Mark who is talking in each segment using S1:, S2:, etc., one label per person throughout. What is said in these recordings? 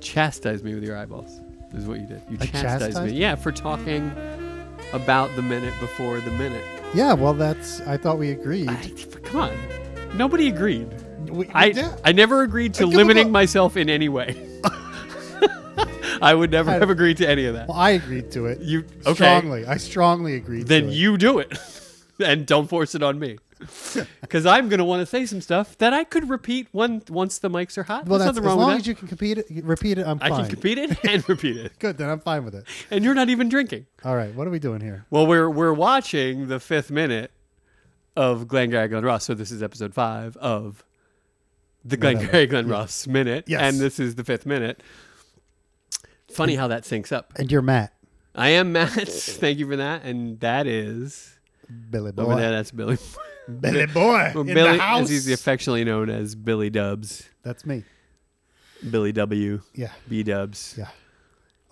S1: chastised me with your eyeballs. Is what you did. You
S2: I
S1: chastised
S2: chastised
S1: me. Yeah, for talking about the minute before the minute.
S2: Yeah, well, that's. I thought we agreed.
S1: I, come on, nobody agreed.
S2: We- we
S1: I
S2: did.
S1: I never agreed to
S2: I give a
S1: limiting
S2: bu-
S1: myself in any way. I would never
S2: I-
S1: have agreed to any of that.
S2: Well, I agreed to it.
S1: You okay?
S2: Strongly, I strongly agreed.
S1: then
S2: to it.
S1: you do it and don't force it on me because i'm going to want to say some stuff that i could repeat one, once the mics are hot
S2: Well,
S1: there's
S2: that's,
S1: nothing
S2: as
S1: wrong
S2: long
S1: with
S2: as
S1: that
S2: you can compete it, repeat it, I'm
S1: i
S2: fine.
S1: can compete it and repeat it
S2: Good, then I'm fine with it.
S1: and you're not even drinking
S2: All right, what are we doing here?
S1: well we're, we're watching the fifth minute of glengarry glen ross so this is episode five of the glengarry glen ross minute
S2: Yes.
S1: and this is the fifth minute funny how that syncs up
S2: And you're Matt,
S1: i am matt thank you for that and that is
S2: Billy
S1: over there
S2: Boy.
S1: that's billy
S2: Billy Boy
S1: Well,
S2: in
S1: Billy,
S2: the house.
S1: as he's affectionately known as Billy Dubs,
S2: That's me.
S1: Billy W,
S2: Yeah,
S1: B Dubs,
S2: yeah.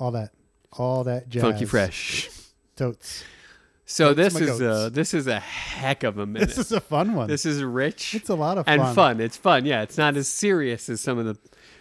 S2: All that, all that jazz.
S1: Funky Fresh.
S2: totes.
S1: So this
S2: my
S1: is a
S2: goats.
S1: this is a heck of a minute.
S2: This is a fun one.
S1: rich
S2: it's a lot of
S1: and
S2: fun.
S1: fun. It's fun. Yeah, it's not as serious as some of the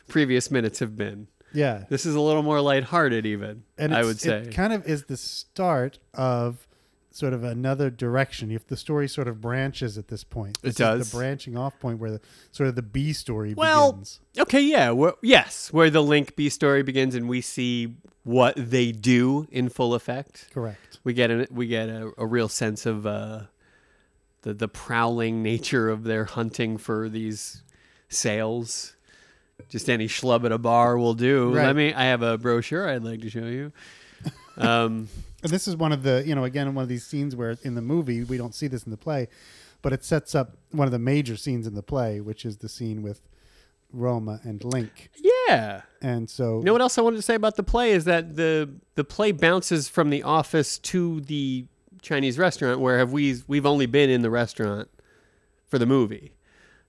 S1: previous minutes have been.
S2: Yeah,
S1: This is a little more lighthearted, even.
S2: and
S1: I
S2: it's-
S1: would say.
S2: it kind of is the start of sort of another direction. If the story sort of branches at this point, This is
S1: does.
S2: the branching off point where the sort of the B story
S1: well,
S2: begins.
S1: okay, yeah, wh- yes, where the Link B story begins, and we see what they do in full effect.
S2: Correct.
S1: we get a, we get a, a real sense of uh, the the prowling nature of their hunting for these sales. Just any schlub at a bar will do.
S2: Right.
S1: Let me. I have a brochure I'd like to show you. Um,
S2: And this is one of the, you know, again, one of these scenes where in the movie, we don't see this in the play, but it sets up one of the major scenes in the play, which is the scene with Roma and Link.
S1: yeah.
S2: And so,
S1: You know what else I wanted to say about the play is that the the play bounces from the office to the Chinese restaurant where have we we've only been in the restaurant for the movie.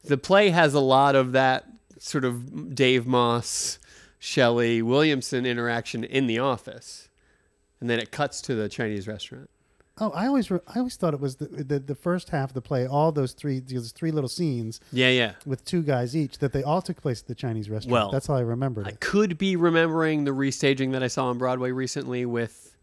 S1: The play has a lot of that sort of Dave Moss, Shelley Williamson interaction in the office. And then it cuts to the Chinese restaurant.
S2: oh, I always, re- I always thought it was the, the, the first half of the play, all those three, those three little scenes
S1: Yeah, yeah.
S2: with two guys each, that they all took place at the Chinese restaurant.
S1: Well,
S2: That's how I remembered
S1: I
S2: it.
S1: could be remembering the restaging that I saw on Broadway recently with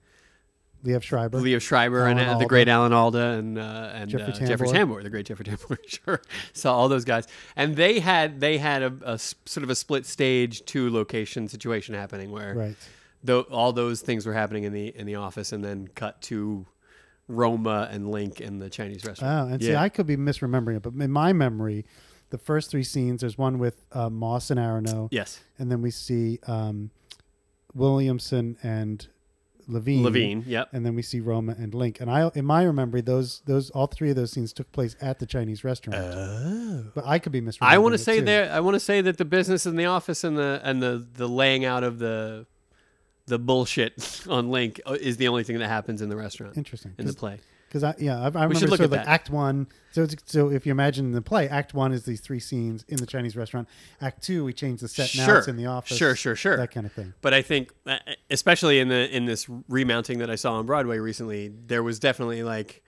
S2: Leah Schreiber.
S1: Leo Schreiber and
S2: Alan
S1: uh, the
S2: Alda.
S1: great Alan Alda and uh, and
S2: Jeffrey
S1: uh, Jeffrey
S2: Tambor.
S1: Tambor, the great Jeffrey Tambor. sure, saw all those guys, and they had they had a, a s- sort of a split stage two location situation happening where
S2: Right.
S1: tho- all those things were happening in the in the office, and then cut to Roma and Link in the Chinese
S2: Oh,
S1: restaurant.
S2: and
S1: yeah.
S2: see, I could be misremembering it, but in my memory, the first three scenes, there's one with uh, Moss and Aronow.
S1: yes,
S2: and then we see um, Williamson and Levine.
S1: Levine. Yep.
S2: And then we see Roma and Link. And I, in my memory, those those all three of those scenes took place at the Chinese restaurant. But I could be misremembering.
S1: Oh. I want to
S2: it,
S1: say
S2: too.
S1: there. I want to say that the business in the office and the and the the laying out of the the bullshit on Link uh, is the only thing that happens in the restaurant
S2: Interesting.
S1: in the play.
S2: Because I yeah I, I remember
S1: should
S2: sort
S1: look
S2: of
S1: at
S2: like
S1: that.
S2: Act One. So it's, so if you imagine the play, Act One is these three scenes in the Chinese restaurant. Act Two, we change the set. Now
S1: Sure.
S2: it's in the office.
S1: Sure, sure, sure.
S2: That kind of thing.
S1: But I think, uh, especially in the in this remounting that I saw on Broadway recently, there was definitely like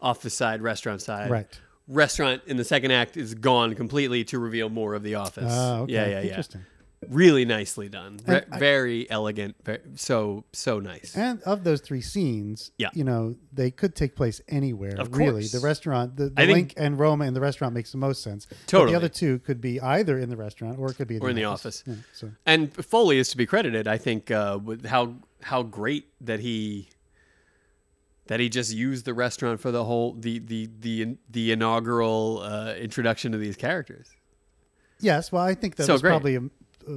S1: office side, restaurant side.
S2: Right.
S1: Restaurant in the second act is gone completely to reveal more of the office.
S2: Ah, okay.
S1: Yeah, yeah, yeah.
S2: Interesting.
S1: Really nicely done. Re-
S2: I-
S1: very elegant. Very, so so nice.
S2: And of those three scenes,
S1: Yeah.
S2: you know, they could take place anywhere.
S1: Of
S2: really,
S1: course.
S2: the restaurant, the, the
S1: I think-
S2: Link and Roma in the restaurant makes the most sense. But
S1: Totally.
S2: the other two could be either in the restaurant or it could be in
S1: Or
S2: the
S1: in the
S2: office. Yeah, so
S1: and Foley is to be credited, I think, uh, with how how great that he that he just used the restaurant for the whole the the the the inaugural uh, introduction to these characters.
S2: yes, well, I think that
S1: So
S2: was
S1: great.
S2: probably um, uh,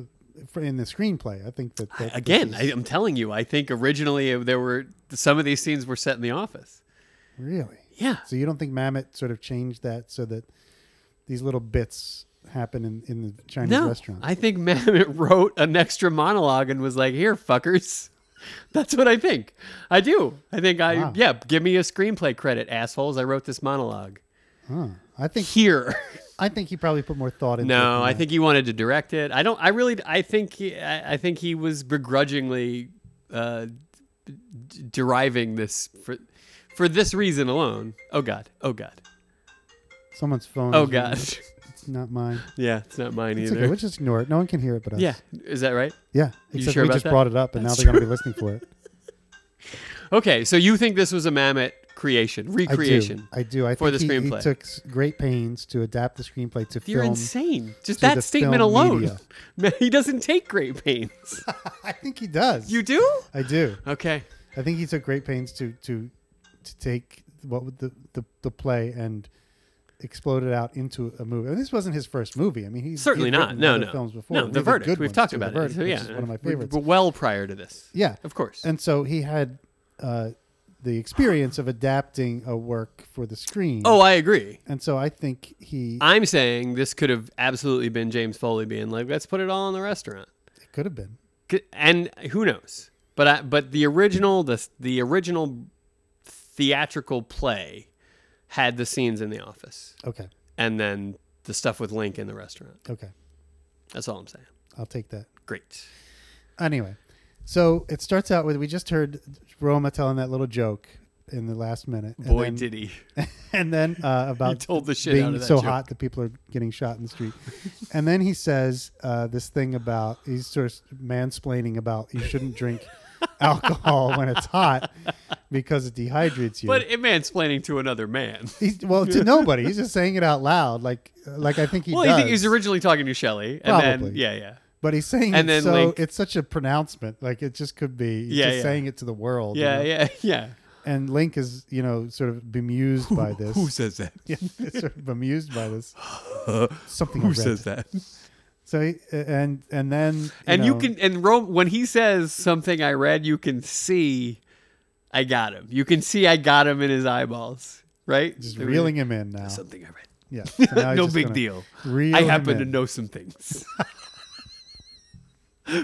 S2: for- in the screenplay. I think that, that this
S1: Again,
S2: is
S1: I, I'm telling you, I think originally uh, there were some of these scenes were set in the office.
S2: really.
S1: Yeah,
S2: So you don't think Mamet sort of changed that so that these little bits happen in, in the Chinese
S1: no,
S2: restaurant?
S1: I think Mamet wrote an extra monologue and was like, "Here, fuckers." That's what I think. I do. I think I
S2: Wow.
S1: yeah. Give me a screenplay credit, assholes. I wrote this monologue
S2: Huh. I think
S1: here.
S2: I think he probably put more thought into it.
S1: No,
S2: than
S1: I
S2: that.
S1: think he wanted to direct it. I don't. I really. I think. He, I, I think he was begrudgingly uh, d- deriving this for for this reason alone. Oh God. Oh God.
S2: someone's phone.
S1: Oh
S2: is ringing.
S1: God.
S2: It's not mine.
S1: Yeah, it's not mine
S2: It's
S1: either.
S2: okay. We'll just ignore it. No one can hear it but us.
S1: yeah, is that right?
S2: Yeah.
S1: You
S2: Except
S1: sure
S2: we
S1: about
S2: just
S1: that?
S2: brought it up and now
S1: That's
S2: they're going to be listening for it.
S1: Okay, so you think this was a Mamet creation,
S2: I do.
S1: recreation?
S2: I do. I
S1: for the
S2: think he- He,
S1: screenplay.
S2: took s- great pains to adapt the screenplay to
S1: You're
S2: film.
S1: insane. Just
S2: to the
S1: that statement
S2: film
S1: alone.
S2: media.
S1: he doesn't take great pains.
S2: I think he does.
S1: You do?
S2: I do.
S1: Okay.
S2: I think he took great pains to to to take what would the, the the play and explode it out into a movie. And this wasn't his first movie. I mean, he's
S1: Certainly
S2: he'd
S1: not.
S2: written
S1: No,
S2: other
S1: no.
S2: films before.
S1: no, the
S2: really
S1: verdict.
S2: good
S1: We've
S2: ones,
S1: talked
S2: too.
S1: about
S2: The
S1: it.
S2: Verdict,
S1: So,
S2: which
S1: yeah,
S2: is one of my
S1: we're-
S2: favorites.
S1: we're well prior to this,
S2: Yeah,
S1: of course.
S2: and so he had uh, the experience of adapting a work for the screen.
S1: oh, I agree.
S2: and so I think he
S1: I'm saying this could have absolutely been James Foley being like, "Let's put it all in the restaurant,"
S2: it could have been.
S1: C- and who knows? But I, but the original the the original theatrical play had the scenes in the office,
S2: Okay,
S1: and then the stuff with Link in the restaurant.
S2: okay,
S1: That's all I'm saying.
S2: I'll take that.
S1: Great.
S2: Anyway, so it starts out with we just heard Roma telling that little joke in the last minute. and
S1: Boy,
S2: then-
S1: did he!
S2: and then uh,
S1: He
S2: about
S1: told the shit
S2: being
S1: out of that
S2: so
S1: joke.
S2: hot that people are getting shot in the street. and then he says uh, this thing about he's sort of mansplaining about you shouldn't drink alcohol when it's hot because it dehydrates you.
S1: But it mansplaining to another man.
S2: he's, well, to nobody, he's just saying it out loud, like like I think he
S1: well,
S2: does.
S1: you think he's originally talking to Shelley, and then
S2: Probably.
S1: yeah, yeah.
S2: but he's saying
S1: and
S2: it
S1: then
S2: so
S1: Link-
S2: it's such a pronouncement, like it just could be he's
S1: Yeah,
S2: just
S1: yeah.
S2: saying it to the world. you
S1: Yeah,
S2: know?
S1: yeah, yeah.
S2: And Link is you know sort of bemused by this.
S1: says that?
S2: yeah, sort of bemused by this. Something I
S1: Who
S2: read.
S1: says that?
S2: So he- and and then you
S1: and you
S2: know,
S1: can and Rome when he says something I read, you can see I got him. You can see I got him in his eyeballs, right?
S2: just
S1: I mean,
S2: reeling him in now.
S1: something I read.
S2: yeah, So now he's
S1: no
S2: just
S1: big
S2: gonna
S1: deal.
S2: reel
S1: I
S2: him
S1: happen to
S2: in.
S1: know some things.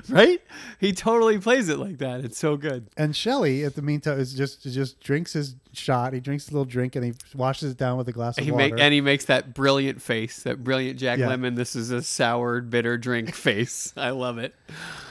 S1: right? He totally plays it like that. It's so good.
S2: And Shelley, at the meantime, is just just drinks his shot. He drinks a little drink and he washes it down with a glass of
S1: He
S2: water.
S1: make and he makes that brilliant face, that brilliant Jack
S2: Yeah.
S1: Lemon. This is a sour, bitter drink face. I love it.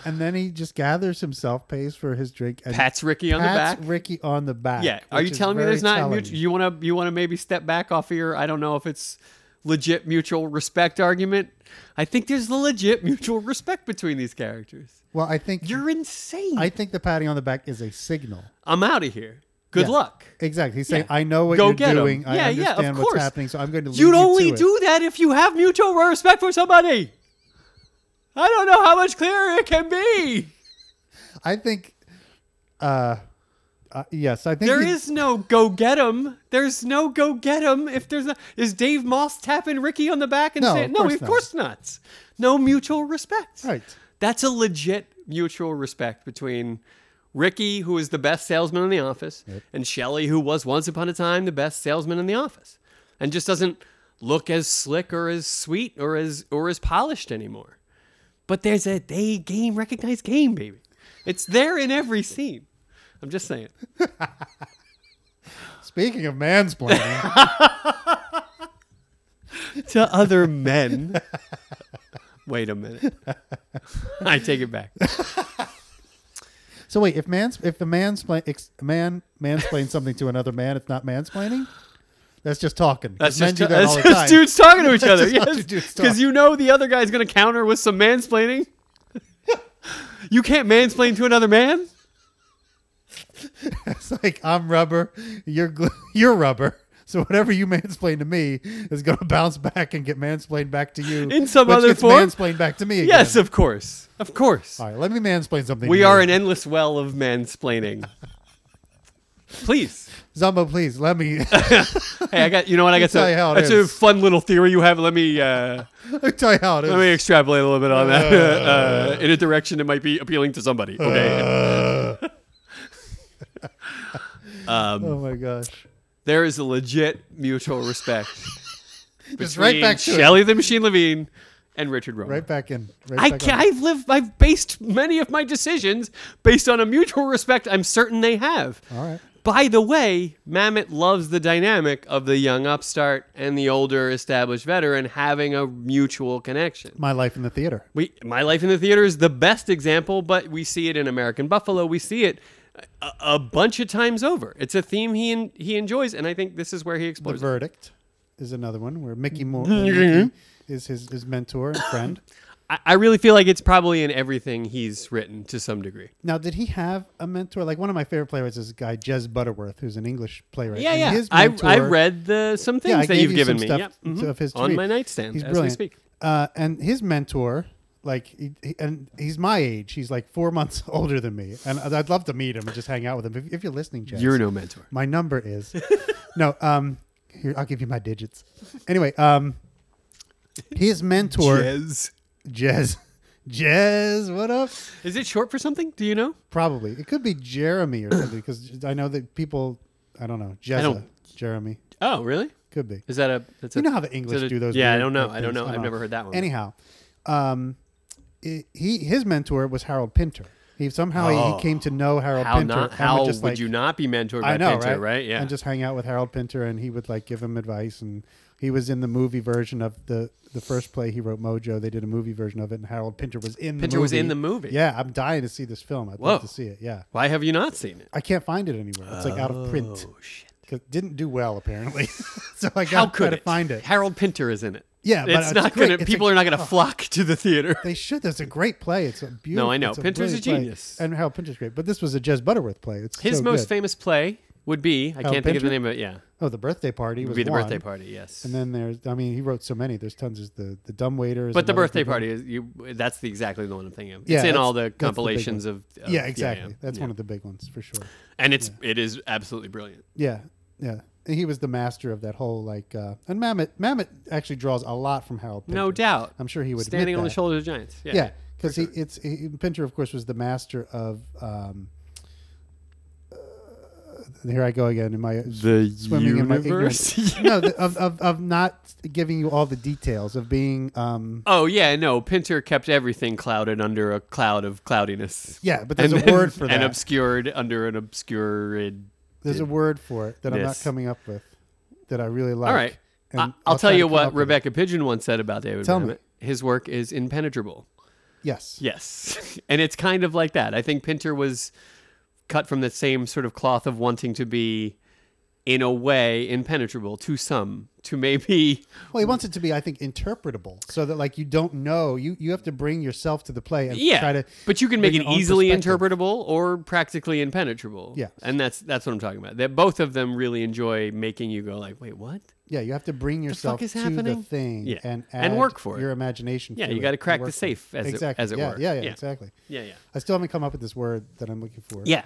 S2: and then he just gathers himself, pays for his drink, and
S1: Pats Ricky on
S2: pats
S1: the back.
S2: Ricky on the back.
S1: Yeah. Are
S2: which
S1: you
S2: is
S1: telling me
S2: very
S1: there's not
S2: telling.
S1: mutual, you want to you want to maybe step back off of your I don't know if it's legit mutual respect argument. I think there's the legit mutual respect between these characters.
S2: Well, I think
S1: You're insane.
S2: I
S1: I,
S2: think the patting on the back is a signal.
S1: am out of here. Good
S2: Yeah.
S1: luck.
S2: Exactly. He's saying,
S1: Yeah.
S2: "I know what
S1: Go
S2: you're
S1: get 'em.
S2: doing. I
S1: Yeah, yeah, of
S2: understand what's
S1: course.
S2: happening, so I'm going to." lead
S1: You'd only
S2: to it."
S1: do that if you have mutual respect for somebody. I don't know how much clearer it can be.
S2: I think, uh, uh yes, I think
S1: There
S2: he-
S1: is no go get 'em. There's no go get 'em. If there's a is Dave Moss tapping Ricky on the back and
S2: No,
S1: saying
S2: of
S1: no,
S2: course
S1: of
S2: not."
S1: course not. No mutual respect.
S2: right.
S1: That's a legit mutual respect between Ricky, who is the best salesman in the office, and Shelley, who was once upon a time the best salesman in the office, and just doesn't look as slick or as sweet or as or as polished anymore. But there's a they game recognize game, baby. It's there in every scene. I'm just saying.
S2: Speaking of mansplaining,
S1: to other men. Wait a minute. I take it back.
S2: so wait, if mans if a mansplain ex, man mansplains something to another man, it's not mansplaining. That's just talking. 'cause
S1: That's just,
S2: men do that
S1: that's
S2: all the
S1: just
S2: time.
S1: dudes talking to each
S2: That's
S1: other.
S2: just how
S1: Yes.
S2: dudes talk.
S1: Because you know the other guy's going to counter with some mansplaining. you can't mansplain to another man.
S2: It's like I'm rubber, you're gl- you're rubber. So whatever you mansplain to me is going to bounce back and get mansplained back to you
S1: In some
S2: which
S1: other
S2: gets
S1: form?
S2: Mansplained back to me. Again.
S1: Yes, of course. Of course.
S2: All right, let me mansplain something.
S1: We
S2: to
S1: are
S2: you.
S1: an endless well of mansplaining. Please.
S2: Zumba. Please let me
S1: Hey, I got you know what I got.
S2: tell
S1: to-
S2: you how it
S1: That's
S2: is.
S1: a fun little theory you have. Let me uh
S2: let me tell you how it is.
S1: Let me extrapolate a little bit on that uh, in a direction that might be appealing to somebody.
S2: Uh.
S1: Okay. um,
S2: oh my gosh!
S1: there is a legit mutual respect
S2: Just right
S1: between
S2: back to it.
S1: Shelley the Machine Levine and Richard Roma.
S2: Right back in. Right
S1: I
S2: back
S1: can,
S2: on.
S1: I've lived. I've based many of my decisions based on a mutual respect. I'm certain they have.
S2: All right.
S1: By the way, Mamet loves the dynamic of the young upstart and the older established veteran having a mutual connection.
S2: My life in the theater.
S1: We, My Life in the Theater is the best example, but we see it in American Buffalo. We see it a, a bunch of times over. It's a theme he en- he enjoys, and I think this is where he
S2: The
S1: explores. it.
S2: verdict is another one where Mickey Moore Mickey is his, his mentor and friend.
S1: I, I really feel like it's probably in everything he's written to some degree.
S2: Now, did he have a mentor? Like one of my favorite playwrights is this guy Jez Butterworth, who's an English playwright.
S1: Yeah,
S2: And
S1: yeah.
S2: his
S1: I,
S2: mentor-
S1: I read the some things
S2: I
S1: that
S2: gave
S1: you've
S2: you
S1: given
S2: some
S1: me
S2: stuff
S1: yep. mm-hmm.
S2: to- of his
S1: on
S2: tweet.
S1: my nightstand
S2: He's
S1: as we
S2: brilliant.
S1: speak.
S2: Uh, and his mentor, like, he, he- and he's my age. He's like four months older than me, and I'd I'd love to meet him and just hang out with him. If, if you're listening, Jez,
S1: You're no mentor.
S2: my number is no. Um, here I'll give you my digits. Anyway, um, his mentor
S1: Jez.
S2: Jez. Jez, what up?
S1: Is it short for something? Do you know?
S2: Probably. It could be Jeremy or something because I know that people, I don't know, Jezza,
S1: don't-
S2: Jeremy.
S1: Oh, really?
S2: Could be.
S1: Is that a? That's
S2: You
S1: a,
S2: know how the English
S1: is it a-
S2: do those.
S1: Yeah, I
S2: weird,
S1: don't know.
S2: like,
S1: I don't
S2: things.
S1: know. I've never heard that one.
S2: Anyhow, um, i he his mentor was Harold Pinter. He somehow he-
S1: Oh.
S2: he came to know Harold
S1: how
S2: Pinter.
S1: not?
S2: and
S1: How
S2: just,
S1: would
S2: like-
S1: you not be mentored by
S2: I know,
S1: Pinter? Right?
S2: right?
S1: Yeah.
S2: And just hang out with Harold Pinter, and he would like give him advice. And he was in the movie version of the the first play he wrote, Mojo. They did a movie version of it, and Harold Pinter was in.
S1: Pinter
S2: the movie.
S1: was in the movie.
S2: Yeah, I'm dying to see this film. I'd
S1: Whoa.
S2: love to see it. Yeah,
S1: Why have you not seen it?
S2: I can't find it anywhere. It's like out of print.
S1: Oh shit!
S2: 'Cause it didn't do well apparently. so I
S1: How
S2: got
S1: could
S2: to
S1: it?
S2: find it.
S1: Harold Pinter is in it.
S2: Yeah, but
S1: it's
S2: it's
S1: not
S2: great.
S1: gonna.
S2: It's oh. a-
S1: people are not gonna flock to the theater.
S2: They should. That's a great play. It's a beautiful.
S1: No, I know.
S2: it's
S1: Pinter's a
S2: brilliant play.
S1: genius.
S2: and Harold Pinter's great. But this was a Jez Butterworth play. It's
S1: His
S2: so
S1: most
S2: good.
S1: famous play would be. I
S2: Harold
S1: can't think of the
S2: Pinter?
S1: name of it. Yeah,
S2: Oh, the birthday party
S1: would
S2: was
S1: be the
S2: one.
S1: birthday party. Yes.
S2: And then there's, I mean, he wrote so many. There's tons. There's the the dumb waiters.
S1: But the birthday party is you. That's the exactly the one I'm thinking of.
S2: Yeah,
S1: it's in
S2: that's-
S1: all the
S2: that's the big one.
S1: compilations of, of-
S2: Yeah, exactly.
S1: yeah.
S2: That's
S1: Yeah.
S2: one of the big ones for sure.
S1: And it's it is absolutely brilliant.
S2: Yeah, yeah. And he was the master of that whole like. Uh, and Mamet Mamet actually draws a lot from Harold. Pinter.
S1: No doubt.
S2: I'm sure he would.
S1: Standing
S2: admit
S1: on the
S2: that.
S1: shoulders of giants. Yeah.
S2: Yeah, because he it's he, Pinter, of course, was the master of. Um, uh, here I go again in my
S1: The
S2: swimming in my ignorance.
S1: universe.
S2: no, the, of, of of not giving you all the details of being. Um,
S1: Oh yeah, no. Pinter kept everything clouded under a cloud of cloudiness.
S2: yeah, but there's
S1: And
S2: a
S1: then-
S2: word for that.
S1: And obscured under an obscured.
S2: there's a word for it that I'm not
S1: Yes.
S2: coming up with that I really like.
S1: All right.
S2: and
S1: I, I'll, tell
S2: try to
S1: you
S2: come up
S1: what
S2: with it.
S1: Rebecca Pigeon once said about David.
S2: Tell me.
S1: Mamet. His work is impenetrable.
S2: Yes.
S1: Yes. And it's kind of like that. I think Pinter was cut from the same sort of cloth of wanting to be, in a way, impenetrable to some, to maybe.
S2: Well, he wants it to be, I think, interpretable, so that like you don't know, you you have to bring yourself to the play and
S1: Yeah.
S2: try to.
S1: but you can make
S2: bring
S1: it
S2: your own
S1: easily
S2: perspective.
S1: interpretable or practically impenetrable.
S2: Yes.
S1: And that's that's what I'm talking about. That both of them really enjoy making you go like, wait, what?
S2: Yeah, you have to bring yourself
S1: is
S2: to
S1: happening?
S2: the thing
S1: Yeah.
S2: and
S1: And
S2: add
S1: work for it.
S2: your imagination.
S1: Yeah,
S2: to
S1: you
S2: it
S1: gotta
S2: and
S1: crack the
S2: work for it.
S1: safe, as it-
S2: exactly.
S1: as it
S2: yeah,
S1: were.
S2: Yeah, yeah,
S1: Yeah.
S2: exactly.
S1: Yeah, yeah.
S2: I still haven't come up with this word that I'm looking for.
S1: Yeah.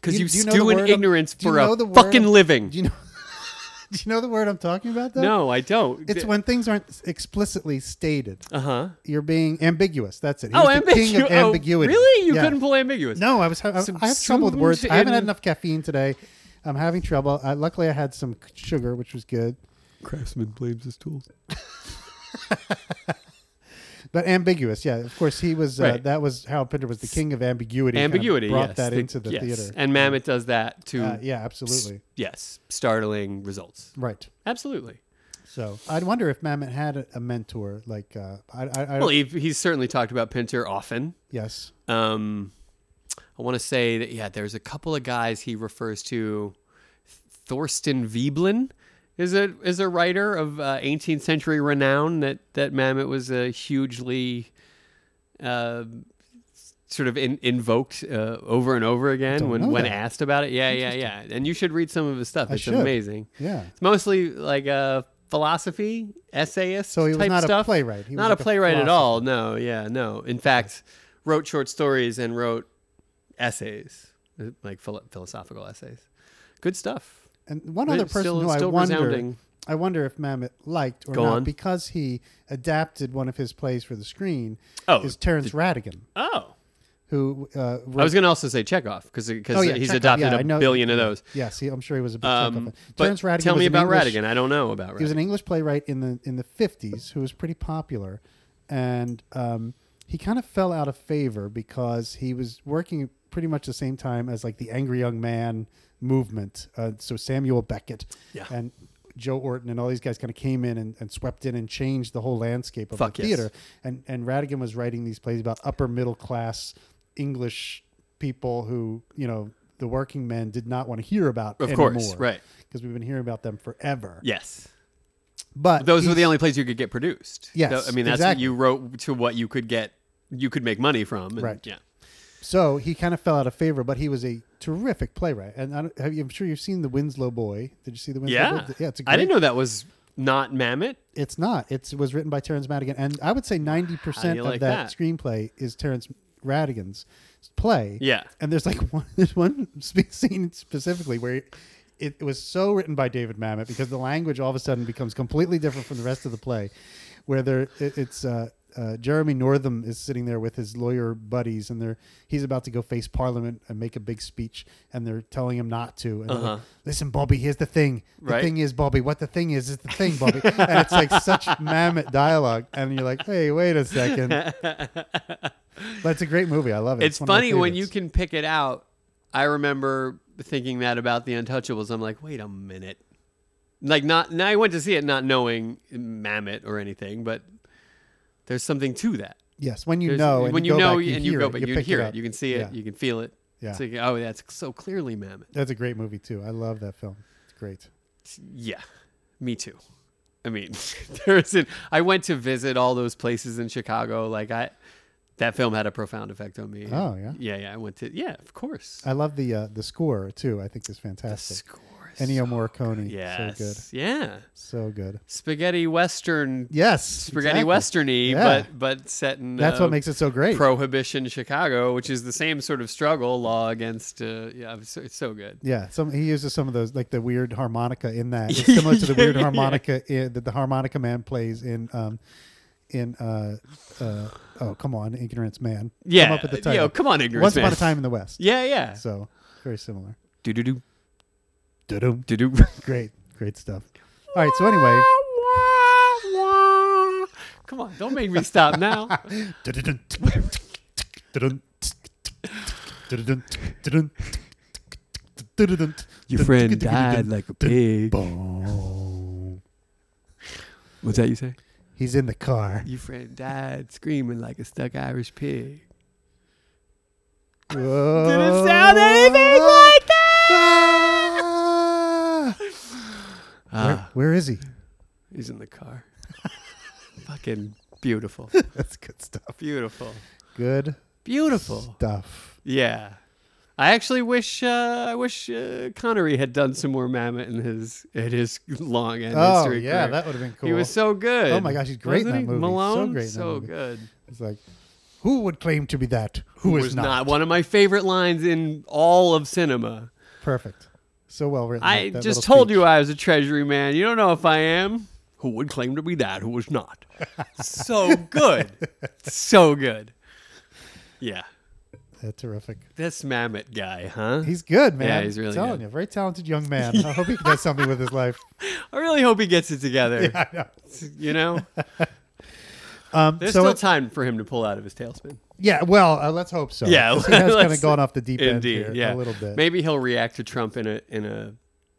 S1: Because
S2: Do
S1: you,
S2: you- do you know the
S1: stew in
S2: word I'm-
S1: ignorance
S2: do you
S1: for a
S2: know the word
S1: fucking
S2: I'm-
S1: living.
S2: Do you know? do you know the word I'm talking about? Though
S1: no, I don't.
S2: it's when things aren't explicitly stated.
S1: Uh huh.
S2: You're being ambiguous. That's it. He
S1: Oh,
S2: was the king
S1: ambigu-
S2: of
S1: oh,
S2: ambiguity.
S1: really? You
S2: Yeah.
S1: couldn't pull ambiguous.
S2: No, I was. Ha- I, I have trouble with words.
S1: Subsumed
S2: I haven't had
S1: in-
S2: enough caffeine today. I'm having trouble. I, luckily, I had some c- sugar, which was good.
S1: Craftsman blames his tools.
S2: But ambiguous, yeah. Of course, he was. Uh,
S1: Right.
S2: That was Harold Pinter was the king of ambiguity. kind of
S1: ambiguity
S2: brought
S1: yes,
S2: that
S1: the-
S2: into the
S1: yes.
S2: theater.
S1: and mammoth does that to
S2: Uh, yeah, absolutely.
S1: yes startling results
S2: Right.
S1: absolutely
S2: So I'd wonder if Mamet had a, a mentor, like uh, I, I, I
S1: well he, he's certainly talked about pinter often
S2: yes,
S1: um i want to say that yeah there's a couple of guys he refers to thorsten veblen is a is a writer of uh, 18th century renown that that mammoth was a hugely uh Sort of in, invoked uh, over and over again
S2: Don't
S1: when,
S2: know
S1: when
S2: that.
S1: asked about it. Yeah, yeah, yeah. And you should read some of his stuff.
S2: I
S1: It's
S2: should.
S1: amazing.
S2: yeah.
S1: It's mostly like a philosophy essayist.
S2: So he was
S1: type
S2: not
S1: stuff.
S2: a playwright. He was
S1: not
S2: like
S1: a playwright at all. No, yeah, no. In fact, wrote short stories and wrote essays, uh, like philo- philosophical essays. Good stuff.
S2: And one
S1: Right,
S2: other person
S1: still-
S2: who I
S1: still
S2: wonder,
S1: resounding.
S2: I wonder if Mamet liked or
S1: Go
S2: not
S1: on.
S2: because he adapted one of his plays for the screen.
S1: Oh,
S2: is Terrence Radigan
S1: Oh,
S2: who uh, wrote,
S1: I was going to also say Chekhov because because
S2: Oh, yeah,
S1: he's
S2: Chekhov.
S1: adopted
S2: Yeah, I
S1: a
S2: know-
S1: billion of those.
S2: yes, he, I'm sure he was a big Chekhov
S1: Um,
S2: fan.
S1: but
S2: Terrence Radigan.
S1: tell
S2: was
S1: me
S2: an
S1: about
S2: English,
S1: Radigan. I don't know about
S2: He was
S1: Radigan.
S2: an English playwright in the in the fifties who was pretty popular, and um, he kind of fell out of favor because he was working pretty much the same time as like the angry young man movement. Uh, so Samuel Beckett
S1: Yeah.
S2: and Joe Orton and all these guys kind of came in and, and swept in and changed the whole landscape of
S1: Fuck
S2: the
S1: yes.
S2: theater. And and Radigan was writing these plays about upper middle class English people who you know. The working men did not want to hear about
S1: Of
S2: anymore
S1: course, right?
S2: because we've been hearing about them forever.
S1: Yes.
S2: But
S1: Those were
S2: he's-
S1: the only places you could get produced.
S2: Yes,
S1: Tho- I mean, that's
S2: exactly.
S1: you wrote to what you could get, you could make money from. and-
S2: Right.
S1: Yeah.
S2: So he kind of fell out of favor, but he was a terrific playwright. And I don't, have you, I'm sure you've seen The Winslow Boy. Did you see The Winslow
S1: Yeah.
S2: Boy? Yeah, it's a great,
S1: I didn't know that was not Mamet.
S2: It's not. It's, it was written by Terrence Madigan. And I would say 90%
S1: you
S2: of
S1: like that?
S2: that, screenplay is Terrence Madigan's play.
S1: Yeah.
S2: And there's like one, there's one spe- scene specifically where it, it was so written by David Mamet because the language all of a sudden becomes completely different from the rest of the play, where there it, it's uh, uh, Jeremy Northam is sitting there with his lawyer buddies and they're he's about to go face Parliament and make a big speech and they're telling him not to. And they're like, Listen, Bobby, here's the thing. The
S1: Uh-huh. Right.
S2: thing is, Bobby, what the thing is is the thing, Bobby. and it's like such Mamet dialogue, and you're like, hey, wait a second. But it's a great movie. I love it.
S1: It's
S2: one of my
S1: funny when you
S2: favorites.
S1: can pick it out. I remember thinking that about The Untouchables. I'm like, wait a minute. Like, not, now I went to see it not knowing Mamet or anything, but there's something to that.
S2: Yes, when you
S1: There's-
S2: know, and
S1: when
S2: you, go
S1: know
S2: back, you
S1: and
S2: hear
S1: you go,
S2: it,
S1: but you,
S2: pick
S1: hear it,
S2: up.
S1: you can see it,
S2: Yeah.
S1: you can feel it.
S2: Yeah.
S1: So you go, oh, that's so clearly Mamet.
S2: That's a great movie too. I love that film. It's great.
S1: Yeah, me too. I mean, there isn't. I went to visit all those places in Chicago. Like I, that film had a profound effect on me.
S2: Oh, yeah?
S1: yeah, yeah. I went to yeah, of course.
S2: I love the uh, the score too. I think is
S1: the
S2: fantastic.
S1: score. is so-
S2: Ennio Morricone.
S1: Yes.
S2: so good,
S1: Yeah.
S2: so good.
S1: Spaghetti Western.
S2: Yes,
S1: Spaghetti
S2: exactly.
S1: Westerny,
S2: Yeah.
S1: but but set in
S2: That's
S1: uh,
S2: what makes it so great.
S1: Prohibition Chicago, which is the same sort of struggle law against. Uh, yeah, it's so, it's so good.
S2: yeah, some he uses some of those like the weird harmonica in that. It's similar to the weird
S1: Yeah.
S2: harmonica in, that the harmonica man plays in um in uh, uh oh come on Ignorance Man.
S1: Yeah.
S2: come up with the
S1: yo,
S2: title.
S1: come on, ignorance.
S2: Once
S1: man.
S2: upon a time in the West.
S1: Yeah, yeah.
S2: So very similar.
S1: Do do do
S2: Doo-doo.
S1: do do.
S2: Great, great stuff. All right, so anyway.
S1: Come on, don't make me stop now.
S3: Your friend died like a pig.
S1: What's that you say?
S2: He's in the car.
S1: Your friend died screaming like a stuck Irish pig.
S2: Did
S1: it sound anything
S2: Oh,
S1: like
S2: ah. that?
S1: Ah,
S2: where is he?
S1: he's in the car. Fucking beautiful.
S2: That's good stuff.
S1: Beautiful.
S2: Good
S1: Beautiful.
S2: stuff.
S1: Yeah. I actually wish uh, I wish uh, Connery had done some more Mammoth in his in his long and
S2: Oh
S1: history
S2: yeah,
S1: career.
S2: that would have been cool.
S1: He was so good.
S2: Oh my gosh, he's great in
S1: Wasn't
S2: that
S1: he?
S2: movie. So
S1: Malone,
S2: great in that movie.
S1: good.
S2: it's like, who would claim to be that? Who is
S1: was
S2: not?
S1: one of my favorite lines in all of cinema.
S2: Perfect. So well written.
S1: I
S2: that- that
S1: just
S2: little
S1: told
S2: speech.
S1: you I was a treasury man. You don't know if I am. Who would claim to be that? Who was not? so good, so good. Yeah,
S2: Uh, terrific.
S1: this Mamet guy, huh?
S2: He's good, man.
S1: Yeah, he's really
S2: I'm telling
S1: good.
S2: you, very talented young man. I hope he does something with his life.
S1: I really hope he gets it together.
S2: I know.
S1: You know,
S2: Um,
S1: there's
S2: so
S1: still
S2: it-
S1: time for him to pull out of his tailspin.
S2: yeah, well, uh, let's hope so.
S1: Yeah,
S2: 'Cause he has kind of
S1: let's-
S2: gone off the deep end
S1: Indeed,
S2: here
S1: yeah,
S2: a little bit.
S1: Maybe he'll react to Trump in a in a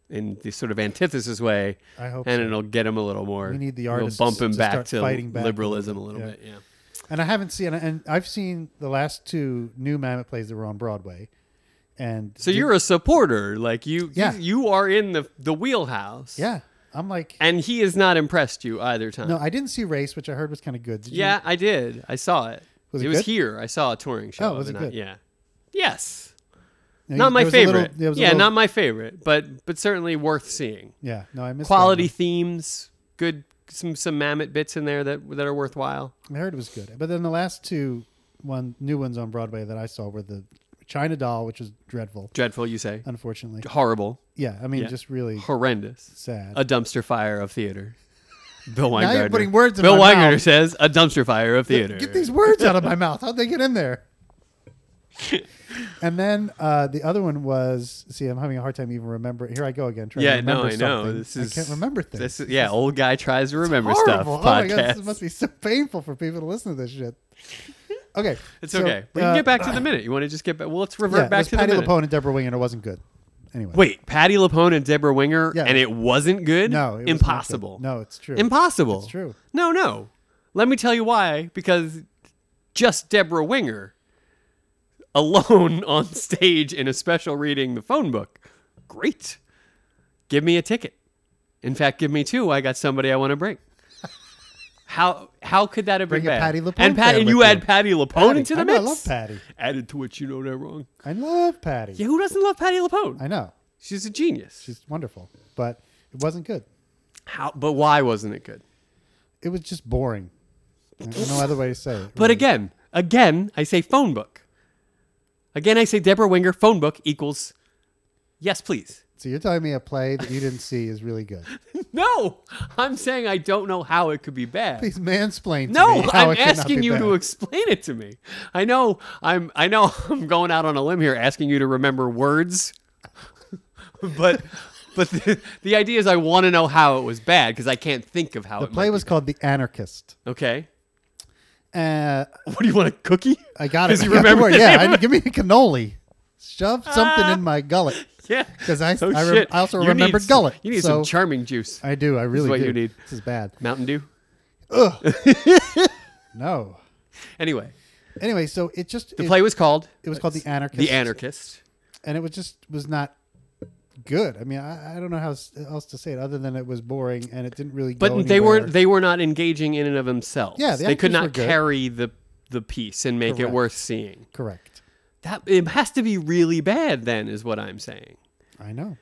S1: in the sort of antithesis way,
S2: I hope.
S1: and
S2: so.
S1: it'll get him a little more.
S2: We need the
S1: it'll
S2: artists
S1: bump him
S2: to
S1: back
S2: start
S1: to
S2: fighting back a
S1: liberalism a
S2: little
S1: little
S2: bit,
S1: bit. Yeah.
S2: And I haven't seen, and I've seen the last two new Mammoth plays that were on Broadway, and
S1: So you're a supporter, like you,
S2: Yeah.
S1: you, you are in the the wheelhouse.
S2: yeah. I'm like,
S1: And he has not impressed you either time.
S2: no, I didn't see Race, which I heard was kind of good. Did you-
S1: yeah, I did. I saw it.
S2: Was it
S1: was
S2: good?
S1: here. I saw a touring show.
S2: Oh, was
S1: of
S2: it
S1: I-
S2: good?
S1: Yeah. Yes.
S2: No,
S1: not
S2: you-
S1: my
S2: there was a little-
S1: favorite.
S2: there was a
S1: yeah,
S2: little-
S1: not my favorite, but but certainly worth seeing.
S2: yeah. No, I missed that
S1: Quality
S2: one.
S1: themes, good some some mammoth bits in there that that are worthwhile.
S2: I heard it was good, but then the last two one new ones on Broadway that I saw were the China Doll, which was dreadful,
S1: Dreadful, you say?
S2: unfortunately.
S1: Horrible,
S2: Yeah, I mean,
S1: Yeah.
S2: just really
S1: horrendous,
S2: sad.
S1: a dumpster fire of theater. Bill Weingartner.
S2: now you're putting words in
S1: Bill
S2: my
S1: Weingartner
S2: mouth.
S1: says a dumpster fire of theater.
S2: Get these words out of my mouth. How'd they get in there? and then uh, the other one was. See, I'm having a hard time even remembering. Here I go again. Trying to
S1: Yeah, no,
S2: remember
S1: I know.
S2: something.
S1: This is
S2: I can't remember things.
S1: This is, yeah, old guy tries to remember stuff.
S2: Horrible. Oh my god,
S1: podcast.
S2: this must be so painful for people to listen to this shit. Okay,
S1: it's
S2: so,
S1: okay. We
S2: uh,
S1: can get back to the minute. You want to just get back? Well, let's
S2: Yeah,
S1: revert
S2: it
S1: back
S2: was
S1: to
S2: Patty
S1: the minute.
S2: LuPone and Deborah Winger. and It wasn't good. Anyway,
S1: Wait, Patty Lapone and Deborah Winger,
S2: Yeah.
S1: and it wasn't good.
S2: no, it was not good.
S1: impossible.
S2: No, it's true.
S1: impossible.
S2: It's true.
S1: No, no. Let me tell you why. Because just Deborah Winger alone on stage in a special reading the phone book. Great. Give me a ticket. In fact, give me two. I got somebody I want to bring. How how could that have
S2: Bring
S1: been bad?
S2: a Patty LuPone
S1: and
S2: fan
S1: Patty, and
S2: with
S1: you
S2: you.
S1: add Patty LaPone
S2: Patty.
S1: into
S2: I
S1: the
S2: know,
S1: mix.
S2: I love Patty.
S1: Added to it, you know that wrong.
S2: I love Patty.
S1: Yeah, who doesn't love Patty LaPone?
S2: I know.
S1: She's a genius.
S2: She's wonderful, but it wasn't good.
S1: How? But why wasn't it good?
S2: It was just boring. There's no other way to say it.
S1: But
S2: really.
S1: again, again, I say phone book. Again, I say Deborah Winger phone book equals yes, please.
S2: so you're telling me a play that you didn't see is really good?
S1: No, I'm saying I don't know how it could be bad.
S2: Please mansplain. To
S1: No,
S2: me how
S1: I'm
S2: it cannot
S1: asking
S2: be
S1: you
S2: bad.
S1: to explain it to me. I know I'm I know I'm going out on a limb here asking you to remember words. but but the, the idea is I want to know how it was bad because I can't think of how
S2: The
S1: it
S2: play
S1: might
S2: was
S1: be
S2: called The Anarchist.
S1: bad. Okay.
S2: Uh,
S1: What do you want a cookie?
S2: I got it.
S1: Because you
S2: I got the
S1: remember
S2: word.
S1: the
S2: Yeah,
S1: name
S2: I,
S1: of
S2: give me a cannoli. Shove something
S1: Ah.
S2: in my gullet
S1: Yeah.
S2: because I,
S1: Oh,
S2: I, rem-
S1: shit.
S2: I also
S1: You need
S2: remembered
S1: s-
S2: gullet.
S1: You need
S2: so
S1: some charming juice.
S2: I do. I really
S1: what
S2: do.
S1: you need.
S2: This is bad.
S1: Mountain Dew.
S2: No.
S1: Anyway,
S2: Anyway, so it just
S1: the
S2: it,
S1: play was called
S2: it was called The Anarchist.
S1: The Anarchist.
S2: and it was just was not good. I mean, I, I don't know how s- else to say it other than it was boring and it didn't really.
S1: But
S2: go
S1: they
S2: anywhere.
S1: weren't they were not engaging in and of themselves.
S2: Yeah, the
S1: they could
S2: actors were
S1: not
S2: good.
S1: carry the the piece and make it
S2: Correct.
S1: worth seeing.
S2: correct.
S1: that it has to be really bad then is what i'm saying
S2: I know.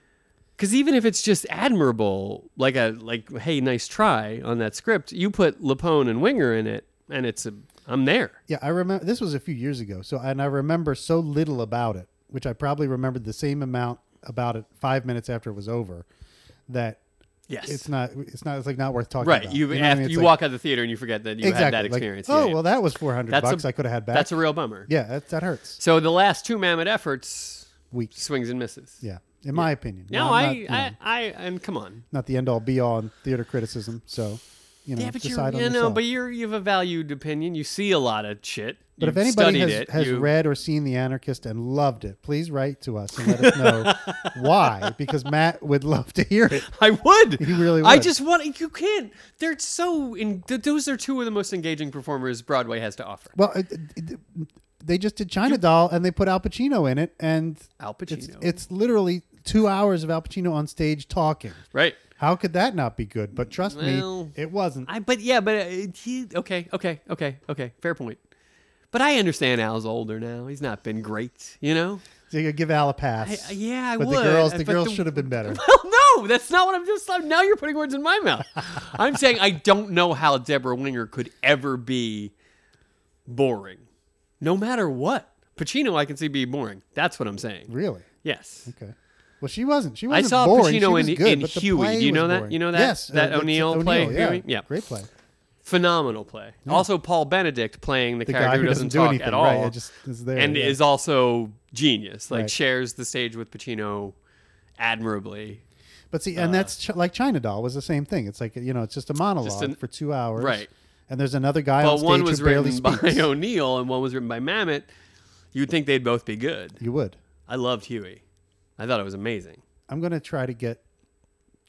S1: because even if it's just admirable like a like hey nice try on that script you put lapone and winger in it and it's a i'm there
S2: Yeah, I remember this was a few years ago. So and I remember so little about it, which I probably remembered the same amount about it five minutes after it was over. That
S1: yes
S2: it's not. It's not. It's like not worth talking.
S1: right
S2: about.
S1: you,
S2: know what I
S1: after,
S2: mean? It's
S1: you
S2: like-
S1: walk out of the theater and you forget that you had that
S2: Like,
S1: experience
S2: oh
S1: Yeah,
S2: well, that was four hundred
S1: That's a-
S2: bucks. I could have had back.
S1: that's a real bummer
S2: yeah, that, that hurts.
S1: so the last two mammoth efforts
S2: Weak.
S1: swings and misses
S2: Yeah, in my opinion.
S1: no
S2: Now, I'm
S1: I,
S2: not, you know,
S1: I i and come on
S2: not the end all be all in theater criticism. So, you know,
S1: yeah, but you're,
S2: decide on
S1: you know,
S2: yourself.
S1: but you're you have a valued opinion. You see a lot of shit.
S2: But
S1: You've
S2: if
S1: studied
S2: anybody has,
S1: it,
S2: has
S1: you-
S2: read or seen The Anarchist and loved it, please write to us and let us know why, because Matt would love to hear it.
S1: I would.
S2: He really
S1: I
S2: would.
S1: just want. You can't. They're so. In, th- those are two of the most engaging performers Broadway has to offer.
S2: Well, it, it- it- they just did China Doll and they put Al Pacino in it, and
S1: Al
S2: it's,
S1: Pacino.
S2: it's literally two hours of Al Pacino on stage talking.
S1: right.
S2: How could that not be good? But trust
S1: Well,
S2: me, it wasn't.
S1: I. But yeah. But uh, he. Okay. Okay. Okay. Okay. Fair point. But I understand Al's older now. He's not been great. You know.
S2: So you give Al a pass.
S1: I- yeah, I
S2: but
S1: would,
S2: the girls,
S1: uh,
S2: the
S1: but
S2: girls
S1: the-
S2: should have been better.
S1: Well, no, that's not what I'm just. I'm, now you're putting words in my mouth. I'm saying I don't know how Deborah Winger could ever be boring, no matter what. Pacino, I can see be boring. That's what I'm saying.
S2: really?
S1: Yes.
S2: Okay. Well, she wasn't. She
S1: I
S2: wasn't
S1: saw
S2: boring.
S1: Pacino
S2: she was
S1: in-
S2: good,
S1: in
S2: but the
S1: Huey.
S2: play
S1: Do you know
S2: was
S1: that-
S2: boring.
S1: you know that-
S2: Yes,
S1: that
S2: it's
S1: O'Neill play,
S2: Yeah.
S1: Huey? Yeah.
S2: great play.
S1: phenomenal play. Also, Paul Benedict playing the,
S2: The
S1: character
S2: guy who doesn't, do
S1: talk
S2: anything
S1: at all,
S2: right? It just is there.
S1: and
S2: yeah.
S1: is also genius. Like
S2: Right.
S1: shares the stage with Pacino admirably.
S2: but see,
S1: uh,
S2: and that's ch- like China Doll was the same thing. It's like you know, it's just a monologue
S1: an-
S2: for two hours,
S1: Right.
S2: And there's another guy on
S1: But
S2: stage
S1: one was
S2: who barely
S1: written by
S2: speaks.
S1: O'Neill, and one was written by Mamet. You'd think they'd both be good.
S2: You would.
S1: I loved Huey. I thought it was amazing.
S2: I'm gonna try to get